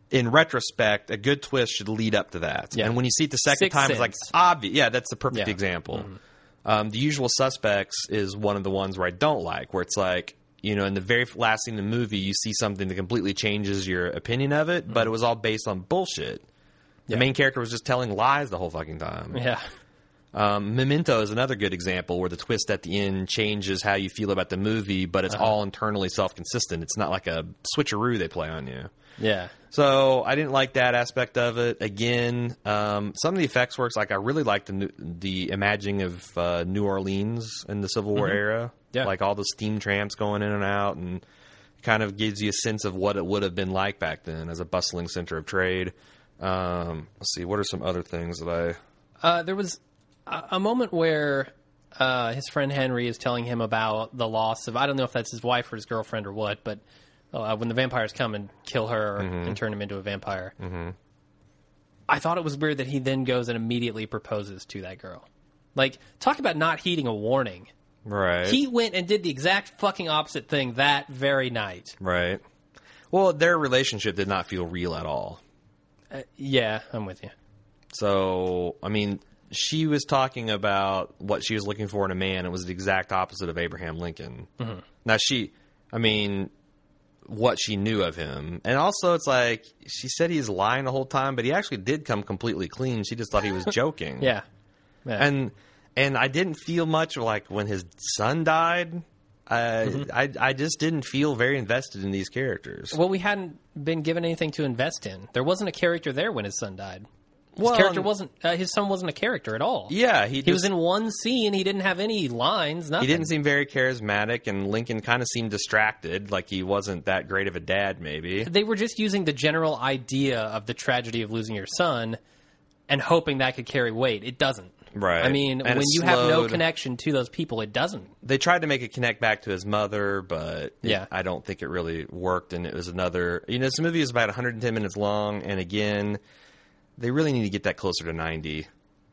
[SPEAKER 1] In retrospect, a good twist should lead up to that.
[SPEAKER 2] Yeah.
[SPEAKER 1] And when you see it the second
[SPEAKER 2] Sixth
[SPEAKER 1] time, it's like
[SPEAKER 2] Sense.
[SPEAKER 1] obvious. Yeah, that's the perfect
[SPEAKER 2] Yeah. Mm-hmm.
[SPEAKER 1] example. Um, the Usual Suspects is one of the ones where I don't like, where it's like you know, in the very last scene of the movie, you see something that completely changes your opinion of it,
[SPEAKER 2] Mm.
[SPEAKER 1] but it was all based on bullshit. The main character was just telling lies the whole fucking time.
[SPEAKER 2] Yeah.
[SPEAKER 1] Um, Memento is another good example where the twist at the end changes how you feel about the movie, but
[SPEAKER 2] Uh-huh.
[SPEAKER 1] it's all internally self consistent. It's not like a switcheroo they play on you.
[SPEAKER 2] Yeah.
[SPEAKER 1] So I didn't like that aspect of it. Again, um, some of the effects works. Like I really liked the new, the imagining of uh, New Orleans in the Civil War era.
[SPEAKER 2] Mm-hmm. Yeah.
[SPEAKER 1] like all the steam tramps going in and out, and kind of gives you a sense of what it would have been like back then as a bustling center of trade. Um, let's see, what are some other things that I
[SPEAKER 2] Uh, there was a, a moment where uh, his friend Henry is telling him about the loss of I don't know if that's his wife or his girlfriend or what, but uh, when the vampires come and kill her and turn him into a vampire, I thought it was weird that he then goes and immediately proposes to that girl. Like, talk about not heeding a warning.
[SPEAKER 1] right?
[SPEAKER 2] He went and did the exact fucking opposite thing that very night.
[SPEAKER 1] Right. Well, their relationship did not feel real at all.
[SPEAKER 2] Yeah, I'm with you.
[SPEAKER 1] So, I mean, she was talking about what she was looking for in a man. It was the exact opposite of Abraham Lincoln.
[SPEAKER 2] Mm-hmm.
[SPEAKER 1] Now, she, I mean, what she knew of him. And also, it's like she said he's lying the whole time, but he actually did come completely clean. She just thought he was joking.
[SPEAKER 2] Yeah.
[SPEAKER 1] and and I didn't feel much like when his son died. I I, I just didn't feel very invested in these characters.
[SPEAKER 2] Mm-hmm. Well, we hadn't been given anything to invest in. There wasn't a character there when his son died. His
[SPEAKER 1] Well,
[SPEAKER 2] character
[SPEAKER 1] and-
[SPEAKER 2] wasn't. Uh, his son wasn't a character at all.
[SPEAKER 1] Yeah, he,
[SPEAKER 2] He was
[SPEAKER 1] just-
[SPEAKER 2] in one scene. He didn't have any lines. Nothing.
[SPEAKER 1] He didn't seem very charismatic, and Lincoln kind of seemed distracted, like he wasn't that great of a dad, maybe.
[SPEAKER 2] They were just using the general idea of the tragedy of losing your son, and hoping that could carry weight. It doesn't.
[SPEAKER 1] Right.
[SPEAKER 2] I mean,
[SPEAKER 1] And
[SPEAKER 2] when
[SPEAKER 1] it's
[SPEAKER 2] you have no
[SPEAKER 1] slowed.
[SPEAKER 2] connection to those people, it doesn't.
[SPEAKER 1] they tried to make it connect back to his mother, but it-
[SPEAKER 2] Yeah.
[SPEAKER 1] I don't think it really worked. And it was another, you know, this movie is about 110 minutes long, and again, they really need to get that closer to 90.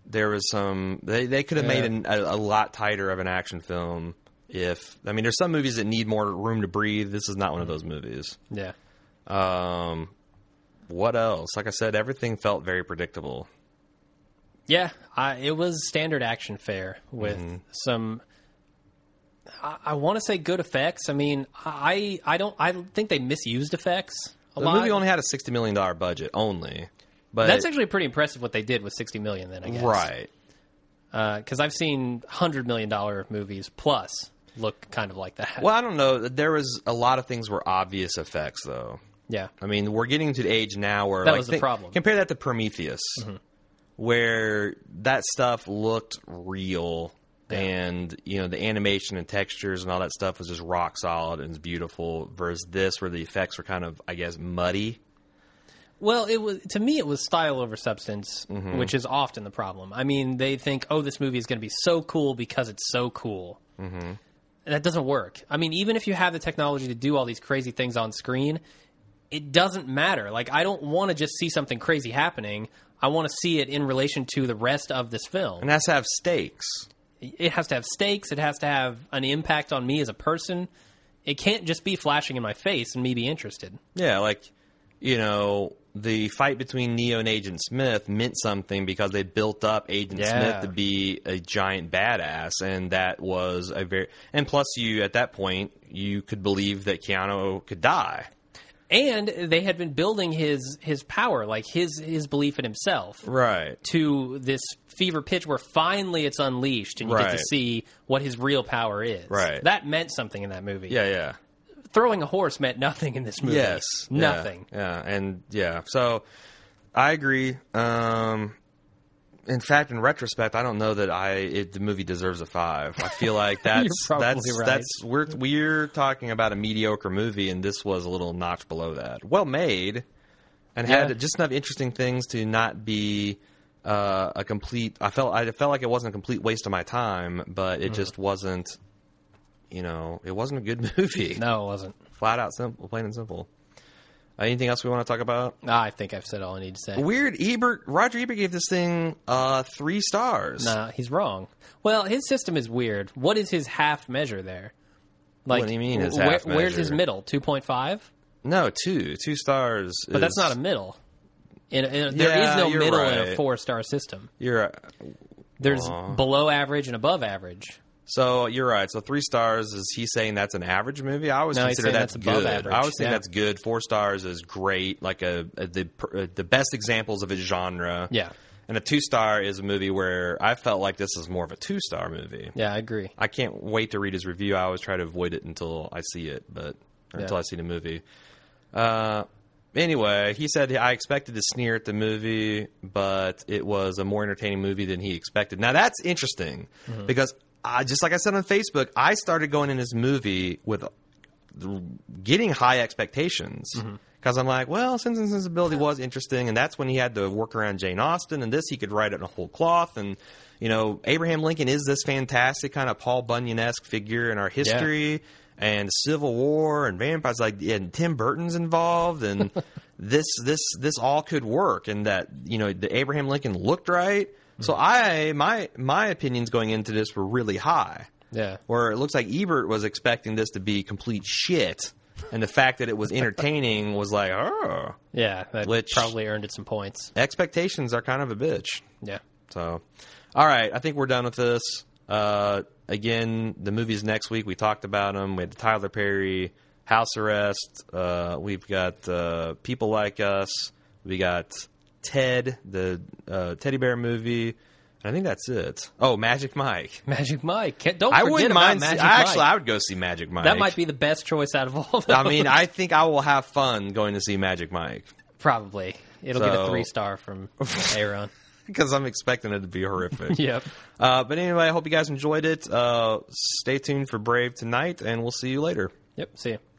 [SPEAKER 1] There was some they they could have
[SPEAKER 2] Yeah.
[SPEAKER 1] made an, a, a lot tighter of an action film if I mean, there's some movies that need more room to breathe. This is not one of those movies.
[SPEAKER 2] Yeah.
[SPEAKER 1] Um, what else? Like I said, everything felt very predictable.
[SPEAKER 2] Yeah, I, it was standard action fare with
[SPEAKER 1] Mm-hmm.
[SPEAKER 2] some. I, I want to say good effects. I mean, I I don't I think they misused effects a
[SPEAKER 1] The
[SPEAKER 2] lot.
[SPEAKER 1] movie only had a sixty million dollar budget only, but
[SPEAKER 2] That's actually pretty impressive what they did with sixty million. Then I guess
[SPEAKER 1] right.
[SPEAKER 2] because I've seen hundred million dollar movies plus look kind of like that.
[SPEAKER 1] Well, I don't know. There was a lot of things were obvious effects, though.
[SPEAKER 2] Yeah,
[SPEAKER 1] I mean, we're getting to the age now where
[SPEAKER 2] That
[SPEAKER 1] like,
[SPEAKER 2] was the
[SPEAKER 1] think-
[SPEAKER 2] problem. Mm-hmm.
[SPEAKER 1] Compare that to Prometheus, where that stuff looked real, and you know the animation and textures and all that stuff was just rock solid and it's beautiful. Versus this, where the effects were kind of, I guess, muddy.
[SPEAKER 2] Well, it was to me it was style over substance, which is often the problem. I mean, they think, "Oh, this movie is going to be so cool because it's so cool." Mm-hmm. That doesn't work. I mean, even if you have the technology to do all these crazy things on screen, it doesn't matter. Like, I don't want to just see something crazy happening. I want to see it in relation to the rest of this film.
[SPEAKER 1] And has to have stakes.
[SPEAKER 2] It has to have stakes. It has to have an impact on me as a person. It can't just be flashing in my face and me be interested.
[SPEAKER 1] Yeah, like you know, the fight between Neo and Agent Smith meant something because they built up Agent
[SPEAKER 2] Yeah.
[SPEAKER 1] Smith to be a giant badass, and that was a very and plus you at that point you could believe that Keanu could die.
[SPEAKER 2] and they had been building his his power like his his belief in himself
[SPEAKER 1] Right.
[SPEAKER 2] to this fever pitch where finally it's unleashed and you get
[SPEAKER 1] Right.
[SPEAKER 2] to see what his real power is
[SPEAKER 1] Right.
[SPEAKER 2] that meant something in that movie
[SPEAKER 1] Yeah, yeah.
[SPEAKER 2] throwing a horse meant nothing in this movie
[SPEAKER 1] Yes. yeah,
[SPEAKER 2] nothing
[SPEAKER 1] Yeah, and yeah. So I agree. Um in fact, in retrospect, I don't know that I it, the movie deserves a five. I feel like that's
[SPEAKER 2] probably
[SPEAKER 1] that's
[SPEAKER 2] right.
[SPEAKER 1] that's we're we're talking about a mediocre movie, and this was a little notch below that. Well made, and
[SPEAKER 2] Yeah.
[SPEAKER 1] had just enough interesting things to not be uh, a complete. I felt I felt like it wasn't a complete waste of my time, but
[SPEAKER 2] Mm-hmm.
[SPEAKER 1] it just wasn't. You know, it wasn't a good movie.
[SPEAKER 2] no it wasn't
[SPEAKER 1] Flat out simple, plain and simple. Uh, anything else we want to talk about?
[SPEAKER 2] i think i've said all i need to say
[SPEAKER 1] Weird. Ebert, Roger Ebert gave this thing uh, three stars.
[SPEAKER 2] nah Uh, he's wrong well his system is weird what is his half measure there like
[SPEAKER 1] do you mean, his
[SPEAKER 2] where-
[SPEAKER 1] half
[SPEAKER 2] where's his
[SPEAKER 1] measure?
[SPEAKER 2] middle 2.5
[SPEAKER 1] No, two, two stars.
[SPEAKER 2] but that's not a middle in, in, there
[SPEAKER 1] Yeah,
[SPEAKER 2] is no
[SPEAKER 1] you're
[SPEAKER 2] middle in a
[SPEAKER 1] right.
[SPEAKER 2] four star system
[SPEAKER 1] You're
[SPEAKER 2] There's
[SPEAKER 1] Aw.
[SPEAKER 2] below average and above average.
[SPEAKER 1] so you're right. So three stars is he saying that's an average movie? I always
[SPEAKER 2] No, he's
[SPEAKER 1] consider
[SPEAKER 2] saying
[SPEAKER 1] that's,
[SPEAKER 2] that's above
[SPEAKER 1] good.
[SPEAKER 2] average,
[SPEAKER 1] I always think
[SPEAKER 2] yeah.
[SPEAKER 1] that's good. Four stars is great. Like a, a the pr- uh, the best examples of a genre.
[SPEAKER 2] Yeah.
[SPEAKER 1] And a two star is a movie where I felt like this is more of a two star movie.
[SPEAKER 2] Yeah, I agree.
[SPEAKER 1] I can't wait to read his review. I always try to avoid it until I see it, but or
[SPEAKER 2] Yeah.
[SPEAKER 1] until I see the movie. Uh, anyway, he said I expected to sneer at the movie, but it was a more entertaining movie than he expected. Now that's interesting because I, just like I said on Facebook, I started going in this movie with getting high expectations because I'm like, well, Sense and Sensibility was interesting, and that's when he had to work around Jane Austen, and this he could write it in a whole cloth, and you know, Abraham Lincoln is this fantastic kind of Paul Bunyan esque figure in our history, and Civil War and vampires, like, and Tim Burton's involved, and this this this all could work, and that you know, the Abraham Lincoln looked right. So I my my opinions going into this were really high
[SPEAKER 2] Yeah.
[SPEAKER 1] where it looks like Ebert was expecting this to be complete shit, and the fact that it was entertaining was like, oh,
[SPEAKER 2] Yeah, that
[SPEAKER 1] Which-
[SPEAKER 2] probably earned it some points.
[SPEAKER 1] expectations are kind of a bitch.
[SPEAKER 2] Yeah.
[SPEAKER 1] So, all right, I think we're done with this. Uh, again, the movies next week. We talked about them. We had Tyler Perry, House Arrest. Uh, we've got uh, People Like Us. We got Ted, the uh, teddy bear movie. I think that's it. Oh, Magic Mike.
[SPEAKER 2] Magic Mike. Can't- Don't
[SPEAKER 1] I
[SPEAKER 2] forget
[SPEAKER 1] wouldn't
[SPEAKER 2] about
[SPEAKER 1] mind. see-
[SPEAKER 2] Magic
[SPEAKER 1] actually,
[SPEAKER 2] Mike.
[SPEAKER 1] I would go see Magic Mike.
[SPEAKER 2] that might be the best choice out of all of them.
[SPEAKER 1] I mean, I think I will have fun going to see Magic Mike
[SPEAKER 2] probably. It'll get a
[SPEAKER 1] So-
[SPEAKER 2] three star from Aaron.
[SPEAKER 1] because I'm expecting it to be horrific.
[SPEAKER 2] yep.
[SPEAKER 1] Uh, but anyway, I hope you guys enjoyed it. Uh, stay tuned for Brave tonight, and we'll see you later.
[SPEAKER 2] Yep. See ya.